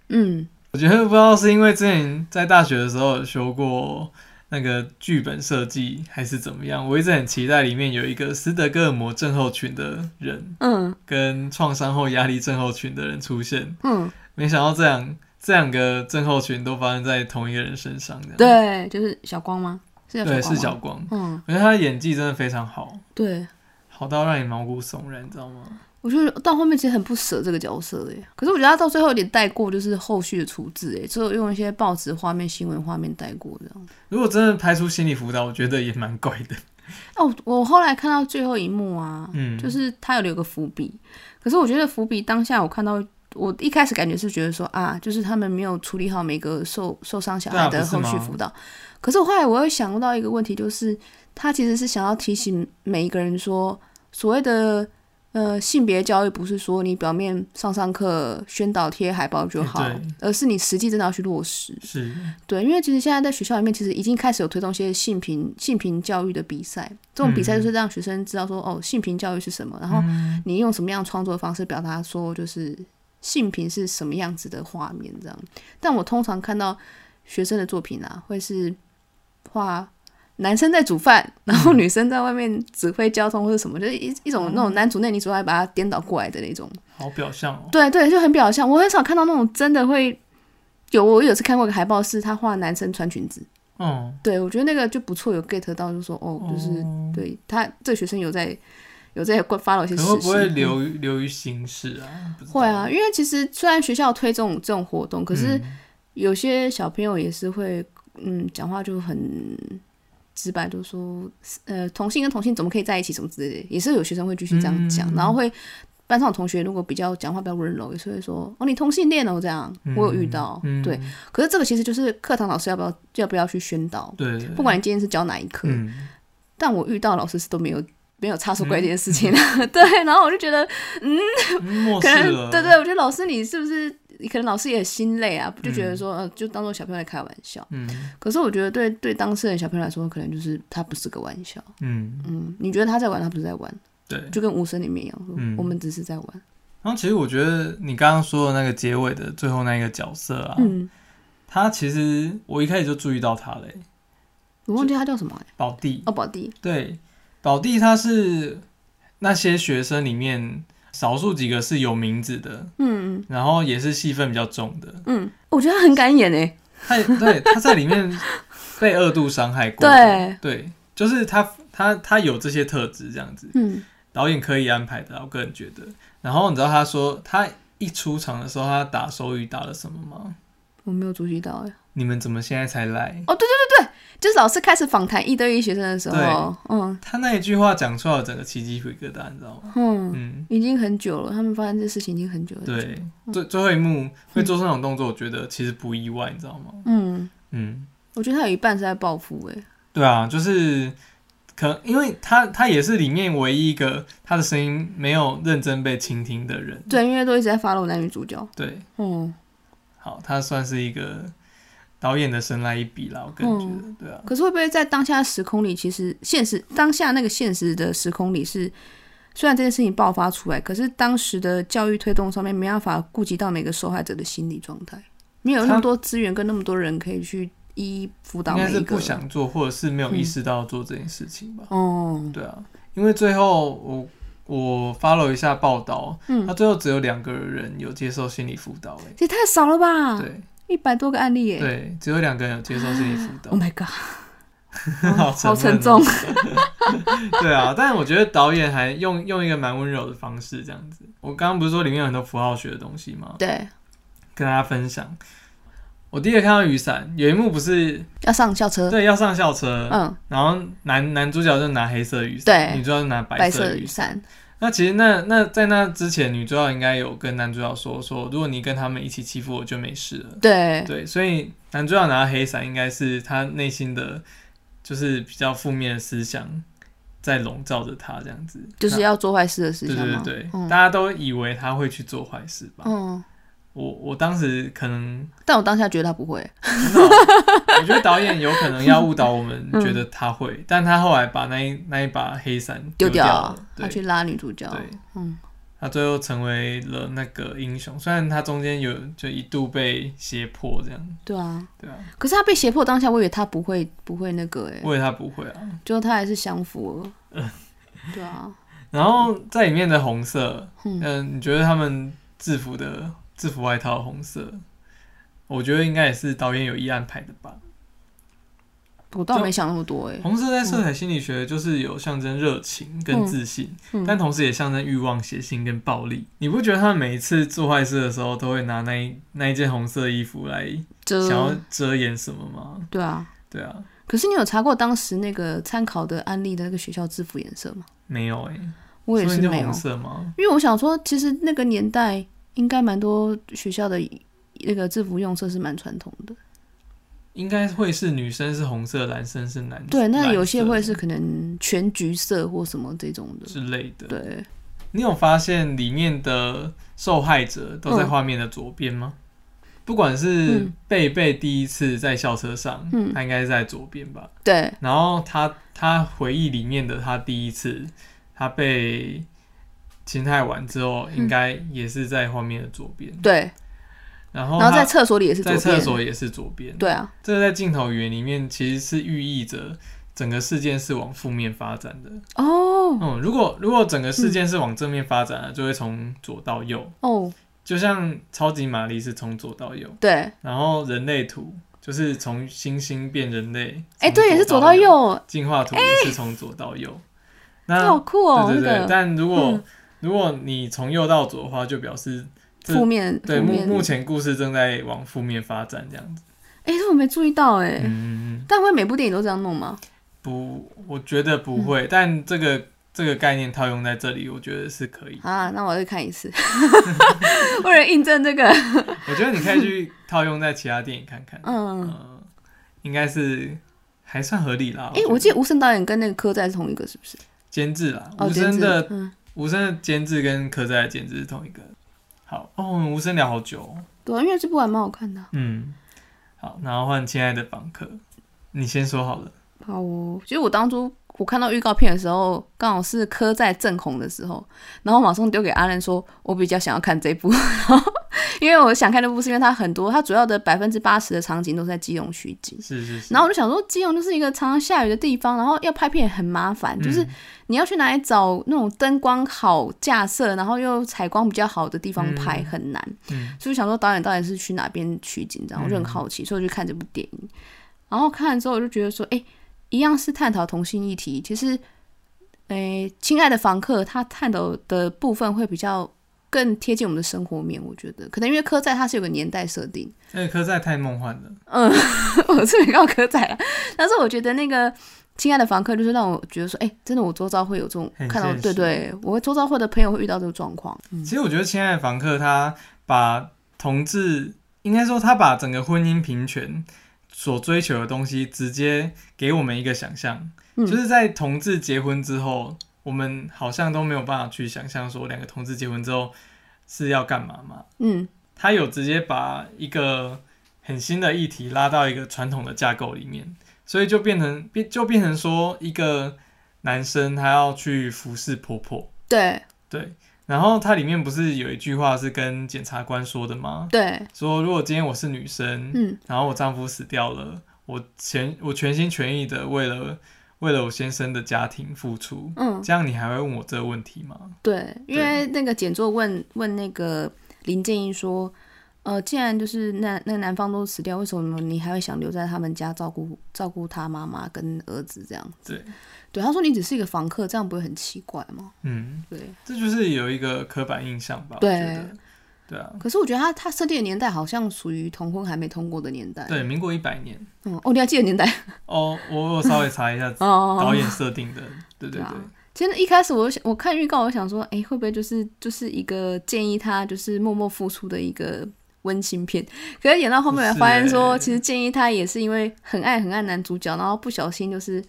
B: 嗯
A: 我觉得不知道是因为之前在大学的时候有修过那个剧本设计，还是怎么样，我一直很期待里面有一个斯德哥尔摩症候群的人
B: 嗯
A: 跟创伤后压力症候群的人出现。
B: 嗯
A: 没想到这两这两个症候群都发生在同一个人身上，这样
B: 对，就是小光吗？是叫小
A: 对
B: 光
A: 是
B: 吗
A: 小光，
B: 嗯，
A: 我觉得他的演技真的非常好，
B: 对，
A: 好到让你毛骨悚然，你知道吗？
B: 我觉得到后面其实很不舍这个角色的耶，可是我觉得他到最后有点带过，就是后续的处置，哎，只有用一些报纸画面、新闻画面带过这样。
A: 如果真的拍出心理辅导，我觉得也蛮怪
B: <laughs>
A: 的。
B: 哦，我后来看到最后一幕啊，
A: 嗯，
B: 就是他有留个伏笔，可是我觉得伏笔当下我看到，我一开始感觉是觉得说啊，就是他们没有处理好每个受受伤小孩
A: 对
B: 的
A: 啊不是
B: 后
A: 吗
B: 续辅导。可是我后来我又想到一个问题，就是他其实是想要提醒每一个人说，所谓的呃性别教育不是说你表面上上课宣导贴海报就好
A: 哎对，
B: 而是你实际真的要去落实。
A: 是
B: 对，因为其实现在在学校里面，其实已经开始有推动一些性平性平教育的比赛。这种比赛就是让学生知道说，哦，性平教育是什么，然后你用什么样的创作方式表达说，就是性平是什么样子的画面这样。但我通常看到学生的作品啊，会是画男生在煮饭，然后女生在外面指挥交通或者什么，就是一一种那种男主内女主外，把它颠倒过来的那种。
A: 好表象哦。
B: 对对，就很表象。我很少看到那种真的会有。我有次看过一个海报，是他画男生穿裙子。
A: 嗯，
B: 对，我觉得那个就不错，有 get 到，就说哦，就是、
A: 哦
B: 对他这个学生有在有在关 follow 一些
A: 可
B: 事
A: 会
B: 情。
A: 不会流于流于形式啊？不知道
B: 会啊，因为其实虽然学校推这种这种活动，可是
A: 嗯
B: 有些小朋友也是会，嗯，讲话就很直白，就说，呃，同性跟同性怎么可以在一起，什么之类的，也是有学生会继续这样讲，
A: 嗯
B: 然后会班上有同学如果比较讲话比较温柔，也是会说，哦，你同性恋哦，这样，我有遇到，
A: 嗯
B: 对，可是这个其实就是课堂老师要不要要不要去宣导，
A: 对对，
B: 不管你今天是教哪一科， <laughs>
A: 嗯，
B: 但我遇到老师是都没有没有插手过这件事情，啊 <laughs> 对，然后我就觉得
A: 嗯漠
B: 可
A: 视
B: 能
A: 了，
B: 对对，，我觉得老师你是不是可能老师也心累啊，就觉得说、呃，就当做小朋友在开玩笑。
A: 嗯
B: 可是我觉得对对当事人小朋友来说，可能就是他不是个玩笑，
A: 嗯，
B: 嗯，你觉得他在玩，他不是在玩，
A: 对。
B: 就跟无声里面一样，
A: 嗯
B: 我们只是在玩，
A: 然后其实我觉得你刚刚说的那个结尾的最后那个角色啊，
B: 嗯，
A: 他其实我一开始就注意到他嘞、
B: 我忘记他叫什么、欸，
A: 宝弟。
B: 哦，宝弟，
A: 对，宝弟他是那些学生里面少数几个是有名字的，
B: 嗯嗯
A: 然后也是戏份比较重的。
B: 嗯，我觉得他很敢演欸诶、
A: 他也对他在里面被二度伤害过
B: 对
A: 的，对，就是他他他有这些特质这样子，
B: 嗯
A: 导演可以安排的啊，我个人觉得。然后你知道他说他一出场的时候，他打手语打了什么吗？
B: 我没有注意到诶、
A: 你们怎么现在才来？
B: 哦，对对对对，就是老师开始访谈一对一学生的时候，嗯
A: 他那一句话讲出来，我整个起鸡皮疙瘩，你知道吗？
B: 嗯，嗯
A: 嗯，
B: 已经很久了，他们发生这事情已经很久了，
A: 对，最最后一幕会做出那种动作，我觉得其实不意外，你知道吗？
B: 嗯，
A: 嗯，
B: 我觉得他有一半是在报复欸诶、
A: 对啊，就是可能因为他他也是里面唯一一个他的声音没有认真被倾听的人，
B: 对，因为都一直在 follow 男女主角，
A: 对，
B: 嗯，
A: 好，他算是一个导演的神来一笔啦，我个人觉得，对啊，
B: 可是会不会在当下的时空里，其实现实当下那个现实的时空里是，虽然这件事情爆发出来，可是当时的教育推动上面没办法顾及到每个受害者的心理状态，没有那么
A: 他
B: 多资源跟那么多人可以去一一辅导
A: 应该
B: 每
A: 是
B: 一个嗯
A: 不。想做，或者是没有意识到做这件事情吧，
B: 哦，
A: 对啊，因为最后我。我 follow 一下报道，
B: 嗯
A: 他最后只有两个人有接受心理辅导、欸，
B: 这也太少了吧？
A: 对
B: 一百多个案例耶
A: 对，只有两个人有接受心理辅导
B: ！Oh，my god，好嗯
A: <laughs> 好
B: 沉
A: 闷哦
B: 重。。
A: 对啊，但我觉得导演还用用一个蛮温柔的方式，这样子。我刚刚不是说里面有很多符号学的东西吗？
B: 对，
A: 跟大家分享。我第一个看到雨伞，有一幕不是
B: 要上校车。
A: 对要上校车，
B: 哦嗯，
A: 然后男男主角就拿黑色雨
B: 对
A: 伞，女主角就拿白
B: 白
A: 色
B: 色
A: 雨
B: 雨
A: 伞。
B: 伞。
A: 那其实那那在那之前，女主角应该有跟男主角说说，如果你跟他们一起欺负我就没事了。
B: 对，
A: 对，所以男主角拿黑伞，应该是他内心的，就是比较负面的思想在笼罩着他这样子。
B: 就是要做坏事的事
A: 那对
B: 情
A: 对
B: 吗？
A: 对对，大
B: 嗯
A: 家都以为他会去做坏事吧？
B: 嗯，
A: 我我当时可能，
B: 但我当下觉得他不会。
A: 真的
B: <laughs>
A: 哦我觉得导演有可能要误导我们，
B: 嗯
A: 觉得他会，但他后来把那一那一把黑伞
B: 丢
A: 掉
B: 掉啊
A: 了，，
B: 他
A: 对
B: 去拉女主角。
A: 对，
B: 嗯，
A: 他最后成为了那个英雄，虽然他中间有就一度被胁迫这样，
B: 对啊。
A: 对啊，
B: 可是他被胁迫当下，我以为他不会不会那个哎、
A: 我以为他不会啊，
B: 结果他还是降服了。对啊，
A: 然后在里面的红色，
B: 嗯
A: 嗯、你觉得他们制服的制服外套红色，我觉得应该也是导演有意安排的吧。
B: 我倒没想那么多哎、
A: 红色在色彩心理学就是有象征热情跟自信，
B: 嗯嗯
A: 但同时也象征欲望、血腥跟暴力。你不觉得他们每一次做坏事的时候，都会拿那一那一件红色衣服来
B: 这
A: 想要遮掩什么吗？
B: 对啊。
A: 对啊，
B: 可是你有查过当时那个参考的案例的那个学校制服颜色吗？
A: 没有哎、欸，
B: 我也
A: 所以
B: 是
A: 就
B: 没有
A: 红，色吗？
B: 因为我想说，其实那个年代应该蛮多学校的那个制服用色是蛮传统的。
A: 应该会是女生是红色，男生是蓝色。
B: 对，那有些
A: 蓝色
B: 会是可能全橘色或什么这种的。
A: 之类的。
B: 对，
A: 你有发现里面的受害者都在
B: 嗯
A: 画面的左边吗？不管是
B: 嗯
A: 贝贝第一次在校车上，
B: 嗯
A: 他应该是在左边吧。
B: 对，
A: 然后他他回忆里面的他第一次，他被侵害完之后，应该也是在画面的左边。
B: 对，
A: 然后
B: 然后
A: 他
B: 在厕所里也是左
A: 哦在
B: 边，
A: 厕所也是左边。
B: 对啊，
A: 这个在镜头语言里面其实是寓意着整个事件是往负面发展的。
B: 哦
A: 嗯，如果如果整个事件是往正面发展
B: 嗯
A: 的，就会从左到右，
B: 哦，
A: 就像超级玛丽是从左到右，
B: 对，
A: 然后人类图就是从星星变人类，
B: 哎，
A: 从
B: 对，也是左到，右，
A: 进化图也是从左到右。
B: 那
A: 那
B: 好酷哦，
A: 啊对对对，
B: 那个
A: 但如果、
B: 嗯
A: 如果你从右到左的话，就表示这
B: 负面，
A: 对
B: 负
A: 目
B: 面
A: 目，前故事正在往负面发展这样子。
B: 哎，这我没注意到
A: 嗯
B: 哎，
A: 嗯嗯。
B: 但会每部电影都这样弄吗？
A: 不，我觉得不
B: 嗯
A: 会，但这个这个概念套用在这里，我觉得是可以。
B: 啊，那我再看一次， <laughs> 为了印证这个，
A: 我觉得你可以去套用在其他电影看看，嗯、
B: 嗯，
A: 应该是还算合理啦。
B: 哎，我记得吴声导演跟那个柯在是同一个，是不是？
A: 监制啦，
B: 哦，
A: 无
B: 监
A: 声
B: 制
A: 的，
B: 嗯，
A: 无声的监制跟柯在的监制是同一个。好，哦，我们无声聊好久、哦，
B: 对啊，因为这部还蛮好看的啊。
A: 嗯，好，然后换亲爱的访客，你先说好了，
B: 好哦，其实我当初我看到预告片的时候，刚好是柯在正红的时候，然后马上丢给阿任说，我比较想要看这部， <laughs> 因为我想看这部是因为它很多，它主要的百分之八十的场景都是在基隆取景。
A: 是是是，
B: 然后我就想说，基隆就是一个常常下雨的地方，然后要拍片也很麻烦，就是
A: 嗯
B: 你要去哪里找那种灯光好架设，然后又采光比较好的地方拍、
A: 嗯
B: 很难。
A: 嗯
B: 所以我想说导演到底是去哪边取景，然后我就很好奇，所以我就看这部电影。然后看了之后，我就觉得说，哎、一样是探讨同性议题，其实，哎、亲爱的房客，他探讨的部分会比较更贴近我们的生活面，我觉得可能因为柯在它是有个年代设定，
A: 那个柯在太梦幻了，
B: 嗯， <laughs> 我是没看到柯仔啊，但是我觉得那个。亲爱的房客，就是让我觉得说，哎、真的，我周遭会有这种
A: 很
B: 看到，
A: 现
B: 对
A: 实
B: 对，我周遭会的朋友会遇到这种状况，嗯
A: 其实我觉得《亲爱的房客》他把同志，应该说他把整个婚姻平权所追求的东西，直接给我们一个想象，
B: 嗯
A: 就是在同志结婚之后，我们好像都没有办法去想象说两个同志结婚之后是要干嘛嘛。
B: 嗯，
A: 他有直接把一个很新的议题拉到一个传统的架构里面，所以就变成变就变成说一个男生他要去服侍婆婆。
B: 对
A: 对，然后它里面不是有一句话是跟检察官说的吗？
B: 对，
A: 说如果今天我是女生，
B: 嗯，
A: 然后我丈夫死掉了，我全我全心全意的为了为了我先生的家庭付出，
B: 嗯，
A: 这样你还会问我这个问题吗？
B: 对，因
A: 对
B: 为那个简作问问那个林建议说，呃，既然就是那那男方都死掉，为什么你还会想留在他们家照顾照顾他妈妈跟儿子这样子？
A: 对，
B: 对，他说你只是一个房客，这样不会很奇怪吗？
A: 嗯，
B: 对，
A: 这就是有一个刻板印象吧？我
B: 对
A: 觉得，对啊，
B: 可是我觉得他他设定的年代好像属于同婚还没通过的年代。
A: 对，民国一百年
B: 嗯，哦，你还记得年代？
A: 哦，我我稍微查一下
B: 哦，
A: 导演设定的，对对
B: <laughs> 对
A: 对
B: 啊，其实一开始我想，我看预告，我想说，哎、会不会就是就是一个建议他就是默默付出的一个温馨片？可是演到后面，我才发现
A: 不
B: 说，
A: 是欸
B: 其实建议他也是因为很爱很爱男主角，然后不小心就是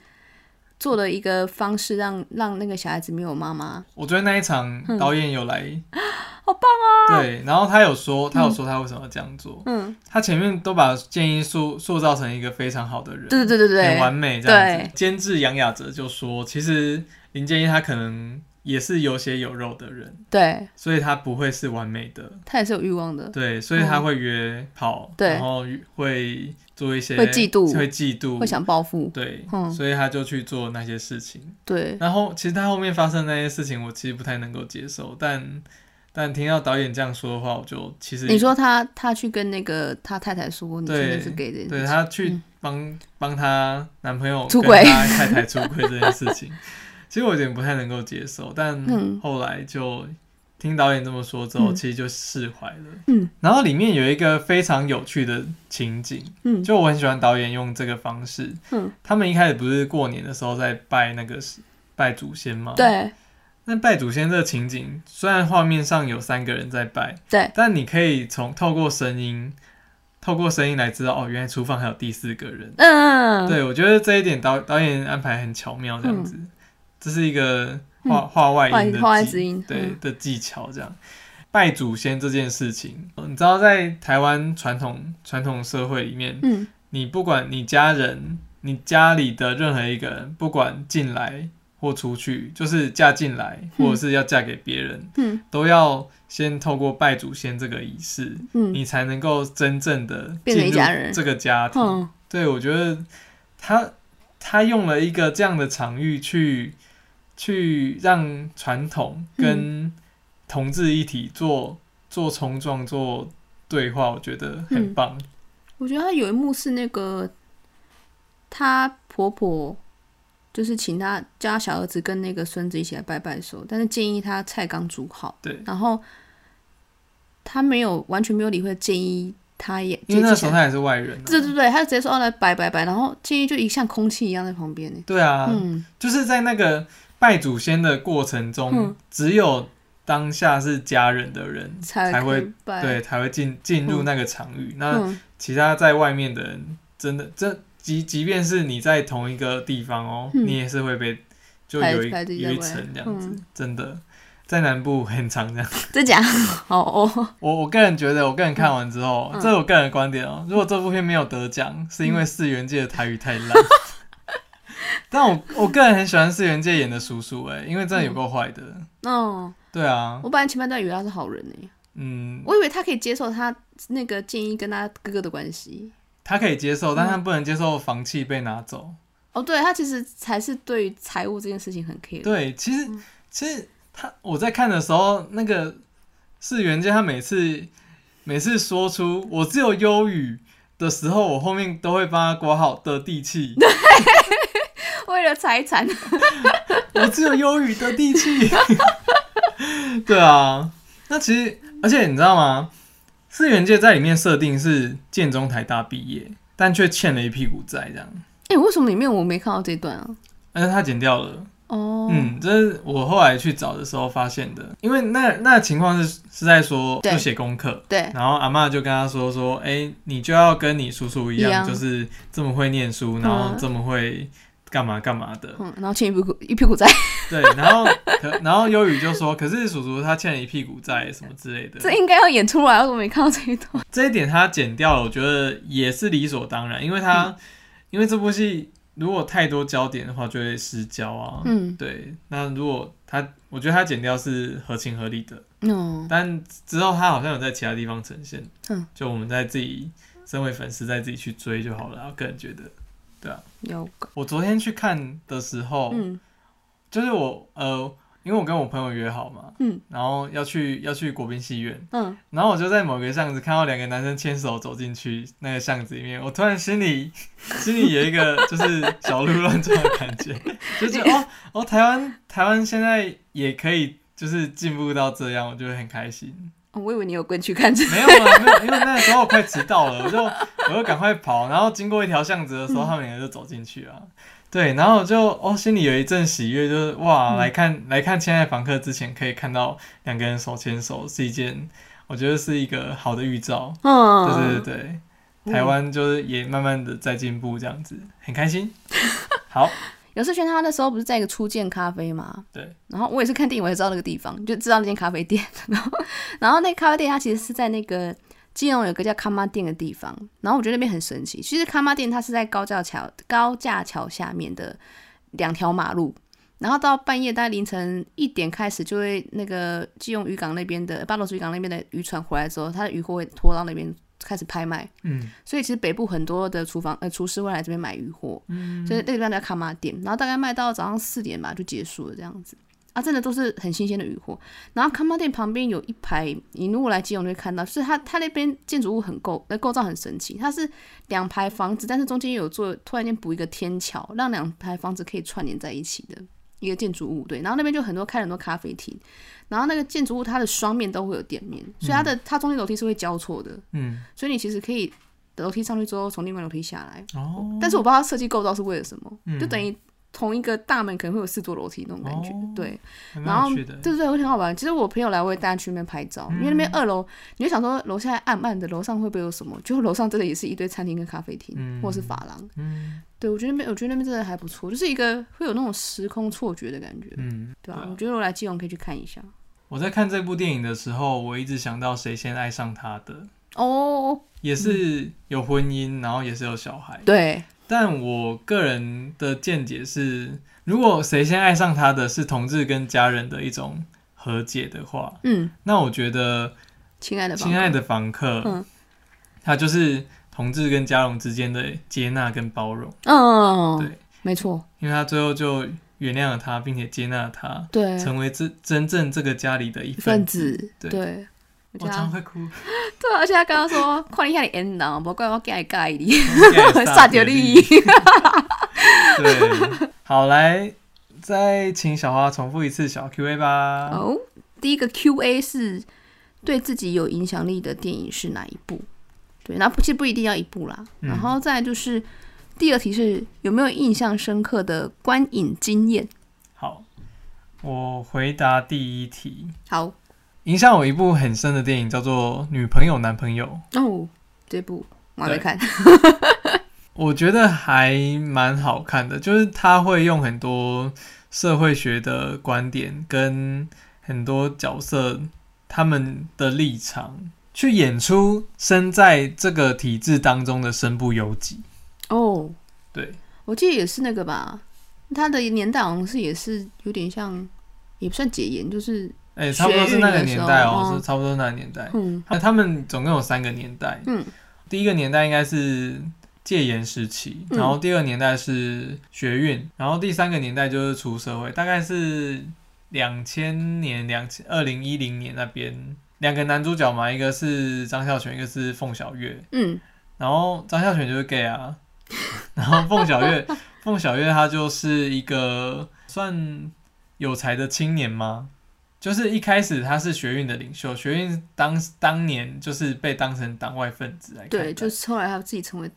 B: 做了一个方式让让那个小孩子没有妈妈。
A: 我觉得那一场导演有来，
B: 嗯 <gasps> 好
A: 棒啊！对，然后他有说，他有说他为什么要这样做，
B: 嗯，
A: 他前面都把建议塑塑造成一个非常好的人，
B: 对对对对
A: 很完
B: 对，
A: 美这样
B: 对
A: 子。监制杨雅哲就说，其实林建一他可能也是有血有肉的人，
B: 对
A: 所以他不会是完美的，
B: 他也是有欲望的。
A: 对，所以他会约炮，
B: 嗯对
A: 然后会做一些
B: 会嫉妒
A: 会嫉妒，
B: 会想报复，
A: 对，
B: 嗯
A: 所以他就去做那些事情。
B: 对，
A: 然后其实他后面发生那些事情，我其实不太能够接受，但但听到导演这样说的话，我就其实
B: 你说他他去跟那个他太太说你
A: 对
B: 真的是 gay 的，
A: 对她去帮帮她男朋友
B: 嗯出
A: 跟
B: 轨
A: 她太太出轨这件事
B: <laughs>
A: 情，其实我有点不太能够接受，但
B: 嗯
A: 后来就听导演这么说之后，
B: 嗯
A: 其实就释怀了。
B: 嗯，
A: 然后里面有一个非常有趣的情景，
B: 嗯
A: 就我很喜欢导演用这个方式。
B: 嗯，
A: 他们一开始不是过年的时候在拜那个拜祖先吗？。
B: 对
A: 那拜祖先这个情景，虽然画面上有三个人在拜，
B: 对，
A: 但你可以从透过声音，透过声音来知道哦，原来厨房还有第四个人。
B: 嗯，
A: 对，我觉得这一点导导演安排很巧妙，这样子，这是一个画画外
B: 画
A: 音的
B: 嗯画外
A: 技
B: 之音
A: 对、
B: 嗯
A: 的技巧，这样。拜祖先这件事情，呃你知道在台湾传统传统社会里面，
B: 嗯
A: 你不管你家人、你家里的任何一个人，不管进来或出去，就是嫁进来或者是要嫁给别人，
B: 嗯
A: 都要先透过拜祖先这个仪式，
B: 嗯
A: 你才能够真正的
B: 变成一
A: 进入
B: 家人
A: 这个家庭。
B: 嗯
A: 对，我觉得他他用了一个这样的场域去去让传统
B: 嗯
A: 跟同志一体做、做冲撞、做对话，我觉得很
B: 嗯
A: 棒。
B: 我觉得她有一幕是那个她婆婆。就是请她叫她小儿子跟那个孙子一起来拜拜的时候，但是建议他菜刚煮好，
A: 对
B: 然后她没有完全没有理会建议，她也
A: 因为那时候
B: 她
A: 他也是外人、啊，
B: 对对对，她就直接说哦来拜拜拜，然后建议就一像空气一样在旁边呢，
A: 对啊，
B: 嗯
A: 就是在那个拜祖先的过程中，
B: 嗯
A: 只有当下是家人的人才
B: 可
A: 会
B: 以拜，
A: 对才会进进入那个场域，那
B: 嗯
A: 其他在外面的人，真的这即即便是你在同一个地方哦，
B: 嗯
A: 你也是会被就
B: 排
A: 有一
B: 排挤在
A: 有一
B: 外
A: 层这样子，
B: 嗯
A: 真的。在南部很常这样，
B: 真假？ <laughs> 好哦，
A: 我我个人觉得，我个人看完之后，
B: 嗯
A: 这是我个人的观点哦。如果这部片没有得奖，是因为四元界的台语太烂。 <laughs> 但我我个人很喜欢四元界演的叔叔、欸，哎，因为真的
B: 嗯
A: 有够坏的。
B: 哦，
A: 对啊，
B: 我本来前半段以为他是好人呢，
A: 嗯，
B: 我以为他可以接受他那个建议跟他哥哥的关系。
A: 他可以接受，但他
B: 嗯
A: 不能接受房契被拿走。
B: 哦，对他其实才是对于财务这件事情很 care。
A: 对，其实
B: 嗯
A: 其实他我在看的时候，那个世元界他每次每次说出我只有忧郁的时候，我后面都会帮他挂好的地气，
B: 为了财 <laughs> 产，
A: 我只有忧郁的地气。 <laughs> 对啊，那其实而且你知道吗？世元界在里面设定是建中台大毕业，但却欠了一屁股债这样，
B: 哎、为什么里面我没看到这段啊？
A: 但是他剪掉了。
B: 哦，
A: 嗯，这是我后来去找的时候发现的，因为那那情况是是在说
B: 对
A: 就写功课，
B: 对，
A: 然后阿嬷就跟他说说，哎、你就要跟你叔叔一样，
B: 一样
A: 就是这么会念书，然后这么会干嘛干嘛的，
B: 嗯，然后欠一屁股一屁股债，
A: 对，然后可然后忧郁就说，可是叔叔他欠了一屁股债什么之类的，
B: <laughs> 这应该要演出来，为什么没看到这一段？
A: 这一点他剪掉了，我觉得也是理所当然，因为他、
B: 嗯
A: 因为这部戏如果太多焦点的话，就会失焦啊，
B: 嗯，
A: 对，那如果他我觉得他剪掉是合情合理的，
B: 哦，
A: 但之后他好像有在其他地方呈现，
B: 嗯，
A: 就我们在自己身为粉丝再自己去追就好了。我个人觉得，
B: 有，
A: 我昨天去看的时候，
B: 嗯
A: 就是我呃，因为我跟我朋友约好嘛，
B: 嗯
A: 然后要去要去国宾戏院，
B: 嗯，
A: 然后我就在某个巷子看到两个男生牵手走进去那个巷子里面，我突然心里 <laughs> 心里有一个就是小鹿乱撞的感觉， <laughs> 就觉得哦哦，台湾台湾现在也可以就是进步到这样，我就会很开心。
B: 哦我以为你有跟去看这，
A: 没有啊，没有，因为那个时候我快迟到了，我就我就赶快跑，然后经过一条巷子的时候，他们两个就走进去啊。对，然后我就哦，心里有一阵喜悦，就是
B: 嗯
A: 哇，来看来看《亲爱的房客》之前，可以看到两个人手牵手是一件，我觉得是一个好的预兆。
B: 嗯，
A: 对对对对，台湾就是也慢慢的在进步，这样子很开
B: <laughs>
A: 心。好，
B: 有世轩他那时候不是在一个初见咖啡嘛？
A: 对。
B: 然后我也是看电影，我才知道那个地方，就知道那间咖啡店。 <laughs> 然后，然后那咖啡店它其实是在那个基隆有个叫康妈店的地方。然后我觉得那边很神奇。其实康妈店它是在高架桥高架桥下面的两条马路。然后到半夜大概凌晨一点开始，就会那个基隆渔港那边的八斗渔港那边的渔船回来之后，它的渔货会拖到那边开始拍卖。
A: 嗯，
B: 所以其实北部很多的厨房呃厨师会来这边买鱼货，所以那个地方叫卡玛店，然后大概卖到早上四点吧就结束了这样子。啊，真的都是很新鲜的鱼货。然后康巴店旁边有一排，你如果来基隆就会看到，就是它它那边建筑物很构，那构造很神奇，它是两排房子，但是中间有做突然间补一个天桥，让两排房子可以串联在一起的一个建筑物。对，然后那边就很多开了很多咖啡厅，然后那个建筑物它的双面都会有店面，所以它的、它中间楼梯是会交错的，
A: 嗯，
B: 所以你其实可以楼梯上去之后从另外楼梯下来。
A: 哦，
B: 但是我不知道它设计构造是为了什么，
A: 嗯
B: 就等于同一个大门可能会有四座楼梯那种感觉。
A: 哦
B: 对，
A: 还
B: 然
A: 蛮
B: 后
A: 有趣的。
B: 对对对，会很好玩。其实我朋友来，我也带他去那边拍照，因为那
A: 嗯
B: 边二楼，你就想说楼下暗暗的，楼上会不会有什么？结果楼上真的也是一堆餐厅跟咖啡厅，
A: 嗯
B: 或者是发廊。
A: 嗯
B: 对我觉得那边，我觉得那边真的还不错，就是一个会有那种时空错觉的感觉，
A: 嗯，
B: 对吧、啊我觉得我来基隆可以去看一下。
A: 我在看这部电影的时候，我一直想到《谁先爱上他》的，
B: 哦，
A: 也是有婚姻，然后也是有小孩。
B: 对，
A: 但我个人的见解是，如果谁先爱上他的是同志跟家人的一种和解的话，
B: 嗯，
A: 那我觉得
B: 亲爱的
A: 《
B: 吧，
A: 亲爱的房客》
B: 嗯
A: 它就是同志跟家人之间的接纳跟包容，
B: 嗯
A: 对，
B: 没错，
A: 因为他最后就原谅了他，并且接纳了他，
B: 对，
A: 成为这真正这个家里的一
B: 一份
A: 份。
B: 子，
A: 对
B: 对。我觉
A: 我
B: 得
A: 常
B: 他
A: 会哭，
B: 对啊，而且他刚刚说，看你遐尼缘人，无怪我介介你，
A: <laughs> 我
B: 杀掉你。
A: <laughs> 对，好来，再请小花重复一次小 Q A 吧。
B: 哦，第一个 Q&A 是对自己有影响力的电影是哪一部？对，那不其实不一定要一部啦。
A: 嗯
B: 然后再来就是第二题是有没有印象深刻的观影经验？
A: 好，我回答第一题。
B: 好
A: 影响我一部很深的电影叫做《女朋友男朋友》，
B: 哦，这部我还没
A: 对
B: 看。
A: 我觉得还蛮好看的，就是他会用很多社会学的观点跟很多角色他们的立场，去演出身在这个体制当中的身不由己。
B: 哦，
A: 对，
B: 我记得也是那个吧，它的年代好像是也是有点像，也不算解严，就是
A: 哎、差不多是那个年代哦、
B: 学运的时候嗯
A: 是差不多是那个年代。
B: 嗯
A: 他们总共有三个年代，
B: 嗯
A: 第一个年代应该是戒严时期，
B: 嗯
A: 然后第二个年代是学运，然后第三个年代就是出社会，大概是两千年、两千二零一零年那边。两个男主角嘛，一个是张孝全，一个是凤小岳。
B: 嗯，
A: 然后张孝全就是 gay 啊， <laughs> 然后凤小
B: <laughs>
A: 岳，凤小岳他就是一个算有才的青年吗？就是一开始他是学运的领袖，学运当当年就是被当成党外分子来看待
B: 对，就是后来他自己成为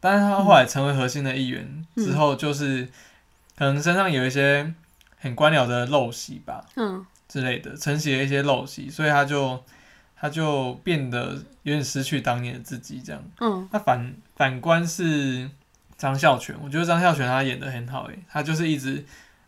A: 但是他后来成为核心的一员、之后，就是可能身上有一些很官僚的陋习吧
B: 嗯
A: 之类的，承袭了一些陋习，所以他就他就变得有点失去当年的自己这样。
B: 嗯
A: 那反反观是张孝全，我觉得张孝全他演的很好诶、欸他就是一直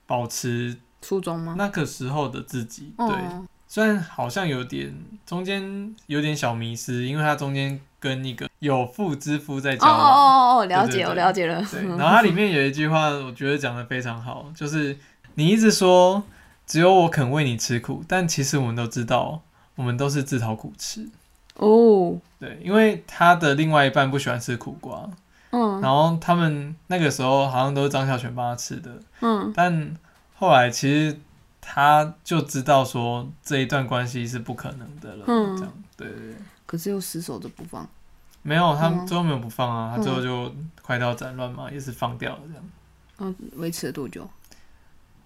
A: 保持
B: 初中吗？
A: 那个时候的自己，对，
B: 哦
A: 虽然好像有点中间有点小迷失，因为他中间跟一个有妇之夫在交
B: 哦嗯
A: 往。
B: 哦哦哦，了
A: 对
B: 解，
A: 对对
B: 我了解了。
A: 对，然后它里面有一句话，我觉得讲的非常好，就是你一直说只有我肯为你吃苦，但其实我们都知道，我们都是自讨苦吃。
B: 哦，
A: 对，因为他的另外一半不喜欢吃苦瓜，
B: 嗯
A: 然后他们那个时候好像都是张孝全帮他吃的，
B: 嗯，
A: 但后来其实他就知道说这一段关系是不可能的了，
B: 嗯
A: 这样对对对，
B: 可是又死守着不放。
A: 没有他
B: 嗯
A: 最后没有不放啊，他最后就快刀斩乱麻，也是放掉了这样。
B: 嗯，维持了多久？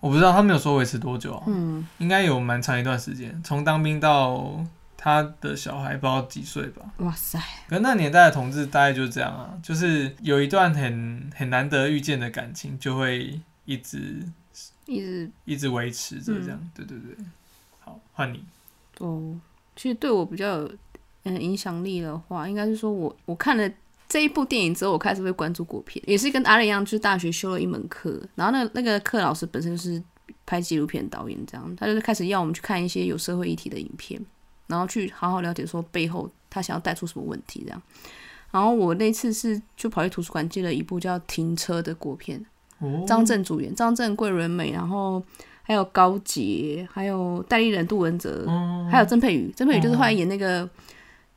A: 我不知道他没有说维持多久啊，
B: 嗯，
A: 应该有蛮长一段时间，从当兵到他的小孩不知道几岁吧。
B: 哇塞，
A: 可是那年代的同志大概就是这样啊，就是有一段很很难得遇见的感情，就会一直
B: 一直
A: 一直维持
B: 嗯
A: 着这样。对对对，好，换你。
B: 哦。其实对我比较有嗯影响力的话，应该是说我我看了这一部电影之后，我开始会关注国片，也是跟阿亮一样，就是大学修了一门课，然后那个那个课老师本身就是拍纪录片导演，这样他就是开始要我们去看一些有社会议题的影片，然后去好好了解说背后他想要带出什么问题这样。然后我那次是就跑去图书馆借了一部叫《停车》的国片，
A: 哦
B: 张震主演，张震、桂纶镁，然后还有高洁，还有戴立忍、杜文泽，
A: 哦
B: 还有曾佩瑜。曾佩瑜就是后来演那个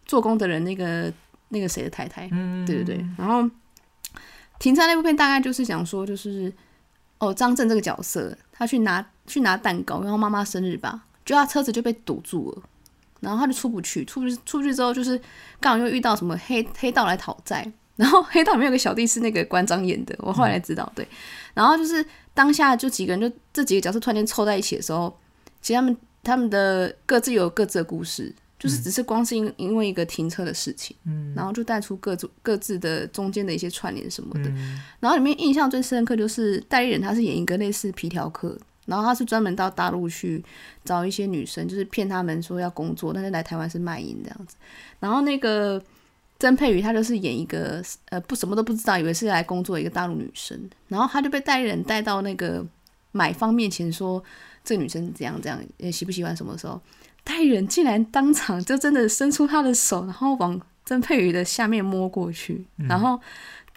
B: 做工的人，那个那个谁的太太，
A: 嗯
B: 对对对。然后停车那部片大概就是讲说，就是哦，张震这个角色，他去拿去拿蛋糕，然后妈妈生日吧，就他车子就被堵住了，然后他就出不去，出不去出去之后就是刚好又遇到什么黑黑道来讨债，然后黑道里面有个小弟是那个关张演的，我后来才知道、对，然后就是当下就几个人就这几个角色突然间凑在一起的时候，其实他们他们的各自有各自的故事。就是只是光是因因为一个停车的事情，嗯，然后就带出各自各自的中间的一些串联什么的，然后里面印象最深刻就是戴立忍，他是演一个类似皮条客，然后他是专门到大陆去找一些女生，就是骗他们说要工作，但是来台湾是卖淫这样子。然后那个曾佩瑜，她就是演一个呃不什么都不知道，以为是来工作的一个大陆女生，然后她就被代理人带到那个买方面前说这个女生怎样怎样，呃喜不喜欢什么的时候，代理人竟然当场就真的伸出她的手，然后往曾佩瑜的下面摸过去，然后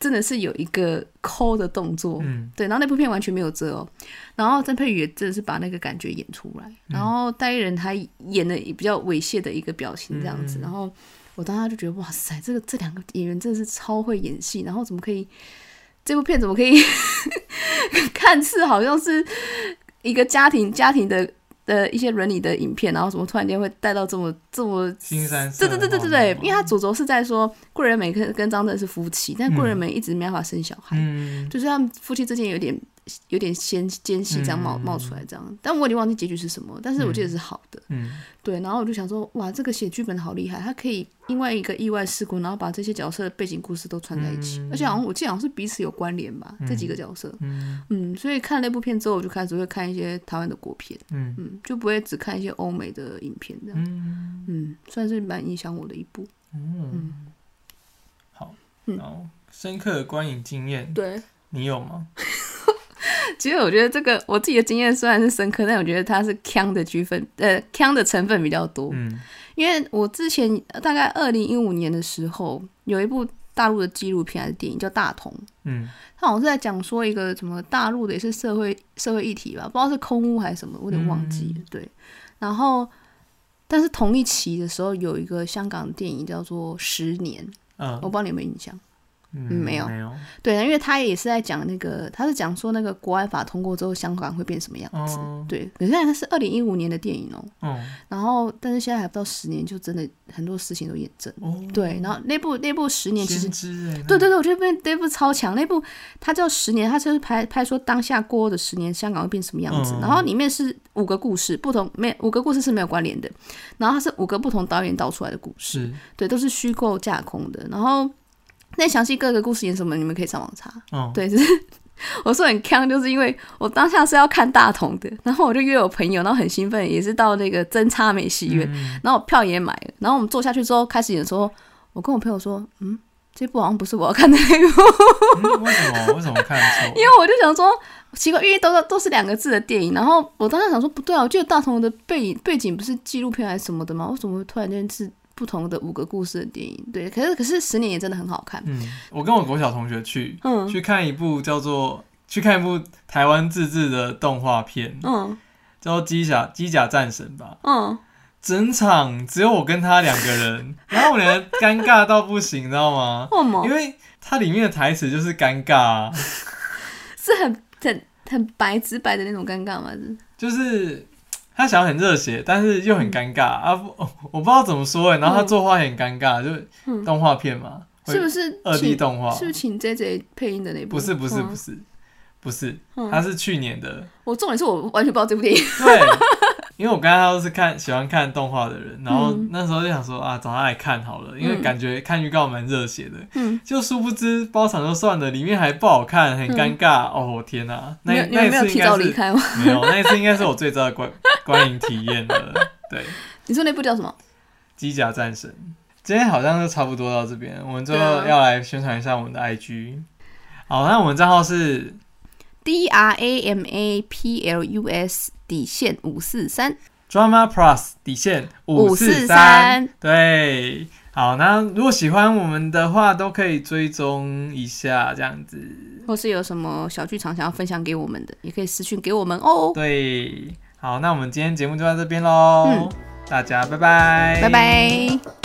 B: 真的是有一个抠的动作，
A: 嗯
B: 对，然后那部片完全没有遮哦，然后曾佩瑜也真的是把那个感觉演出来，然后代言人他演的比较猥亵的一个表情这样子，然后我当时就觉得哇塞，这个这两个演员真的是超会演戏，然后怎么可以这部片怎么可以 <laughs> 看似好像是一个家庭家庭的的一些伦理的影片，然后怎么突然间会带到这么这么
A: 新三色
B: 对对对对对对，
A: 啊
B: 因为他主轴是在说桂纶镁跟跟张震是夫妻，但桂纶镁一直没办法生小孩，
A: 嗯
B: 就是他们夫妻之间有点有点间间隙这样冒、
A: 嗯
B: 冒出来这样，但我已经忘记结局是什么，但是我记得是好的。
A: 嗯
B: 对，然后我就想说，哇，这个写剧本好厉害，他可以因为一个意外事故，然后把这些角色的背景故事都串在一起，而且好像我记得好像是彼此有关联吧，这几个角色。
A: 嗯
B: 嗯，所以看那部片之后，我就开始会看一些台湾的国片，
A: 嗯
B: 嗯，就不会只看一些欧美的影片这样。
A: 嗯
B: 嗯，算是蛮影响我的一部。
A: 嗯，好，
B: 嗯
A: 然后深刻的观影经验，
B: 对，
A: 你有吗？
B: <laughs> 其实我觉得这个我自己的经验虽然是深刻，但我觉得它是腔的区分，呃，腔的成分比较多。
A: 嗯
B: 因为我之前呃大概二零一五年的时候，有一部大陆的纪录片还是电影叫《大同》，
A: 嗯
B: 它好像是在讲说一个什么大陆的也是社会社会议题吧，不知道是空屋还是什么，我有点忘记了。
A: 嗯
B: 对，然后但是同一期的时候有一个香港电影叫做《十年》，
A: 呃
B: 我不知道你有没有印象。
A: 嗯
B: 没有
A: 没有
B: 对，因为他也是在讲那个，他是讲说那个国安法通过之后，香港会变什么样子。
A: 哦
B: 对，可是那是二零一五年的电影哦、
A: 哦
B: 然后但是现在还不到十年，就真的很多事情都验证。
A: 哦，
B: 对，然后那部那部十年其实
A: 先，知哎，
B: 对对对，我觉得那部那部超强，那部它叫十年，它就是拍拍说当下过后的十年香港会变什么样子，
A: 嗯
B: 然后里面是五个故事，不同没五个故事是没有关联的，然后它是五个不同导演导出来的故事，
A: 是
B: 对，都是虚构架空的，然后那详细各个故事演什么，你们可以上网查。
A: 哦
B: 对，只是 <laughs> 我说很坑，就是因为我当下是要看大同的，然后我就约我朋友，然后很兴奋，也是到那个真差美戏院，
A: 嗯
B: 然后我票也买了，然后我们坐下去之后开始演的时候，我跟我朋友说，嗯，这部好像不是我要看的 <laughs> 那一部，
A: 嗯为什么为什么看错？
B: <laughs> 因为我就想说。奇怪，因为都都都是两个字的电影，然后我当时想说不对啊，我记得大同的背影背景不是纪录片还是什么的吗？为什么会突然间是不同的五个故事的电影？对，可是可是十年也真的很好看，
A: 嗯，我跟我国小同学去
B: 嗯
A: 去看一部叫做去看一部台湾自制的动画片，
B: 嗯
A: 叫做《机甲机甲战神》吧。
B: 嗯，
A: 整场只有我跟他两个
B: <laughs>
A: 人，然后我俩尴尬到不行，你知道吗？
B: 为什么
A: 因？为它里面的台词就是尴尬啊、
B: 是很很很白直白的那种尴尬吗？是
A: 就是他想要很热血，但是又很尴尬啊！不我不知道怎么说哎、然后他作画也很尴尬，就
B: 嗯
A: 动画片嘛，
B: 是不是
A: 二 D
B: 请
A: 动画
B: 是不是请 J J 配音的那部？
A: 不是不是
B: 嗯
A: 不是不是，
B: 嗯
A: 他是去年的，
B: 我重点是我完全不知道这部电影。
A: 对， <laughs> 因为我跟他都是看喜欢看动画的人，然后
B: 嗯
A: 那时候就想说啊，找他来看好了，因为
B: 嗯
A: 感觉看预告蛮热血的，
B: 嗯，
A: 就殊不知包场就算了，里面还不好看，很尴尬。哦天哪、
B: 嗯 <laughs> 你有
A: 那那
B: 你有
A: 一
B: 没有
A: 次
B: 提
A: 应该
B: 早
A: 是
B: 离开吗？ <laughs>
A: 没有，那一次应该是我最糟的观观影体验了。对，
B: 你说那部叫什么？
A: 机甲战神，今天好像就差不多到这边，我们最后
B: 对啊
A: 要来宣传一下我们的 IG。好，那我们账号是
B: D R A M A P L U S 底线五四三，
A: Drama Plus 底线五四三
B: 543。
A: 对，好，那如果喜欢我们的话，都可以追踪一下这样子。
B: 或是有什么小剧场想要分享给我们的，也可以私讯给我们哦。
A: 对，好，那我们今天节目就到这边喽，
B: 嗯
A: 大家拜拜，
B: 拜拜。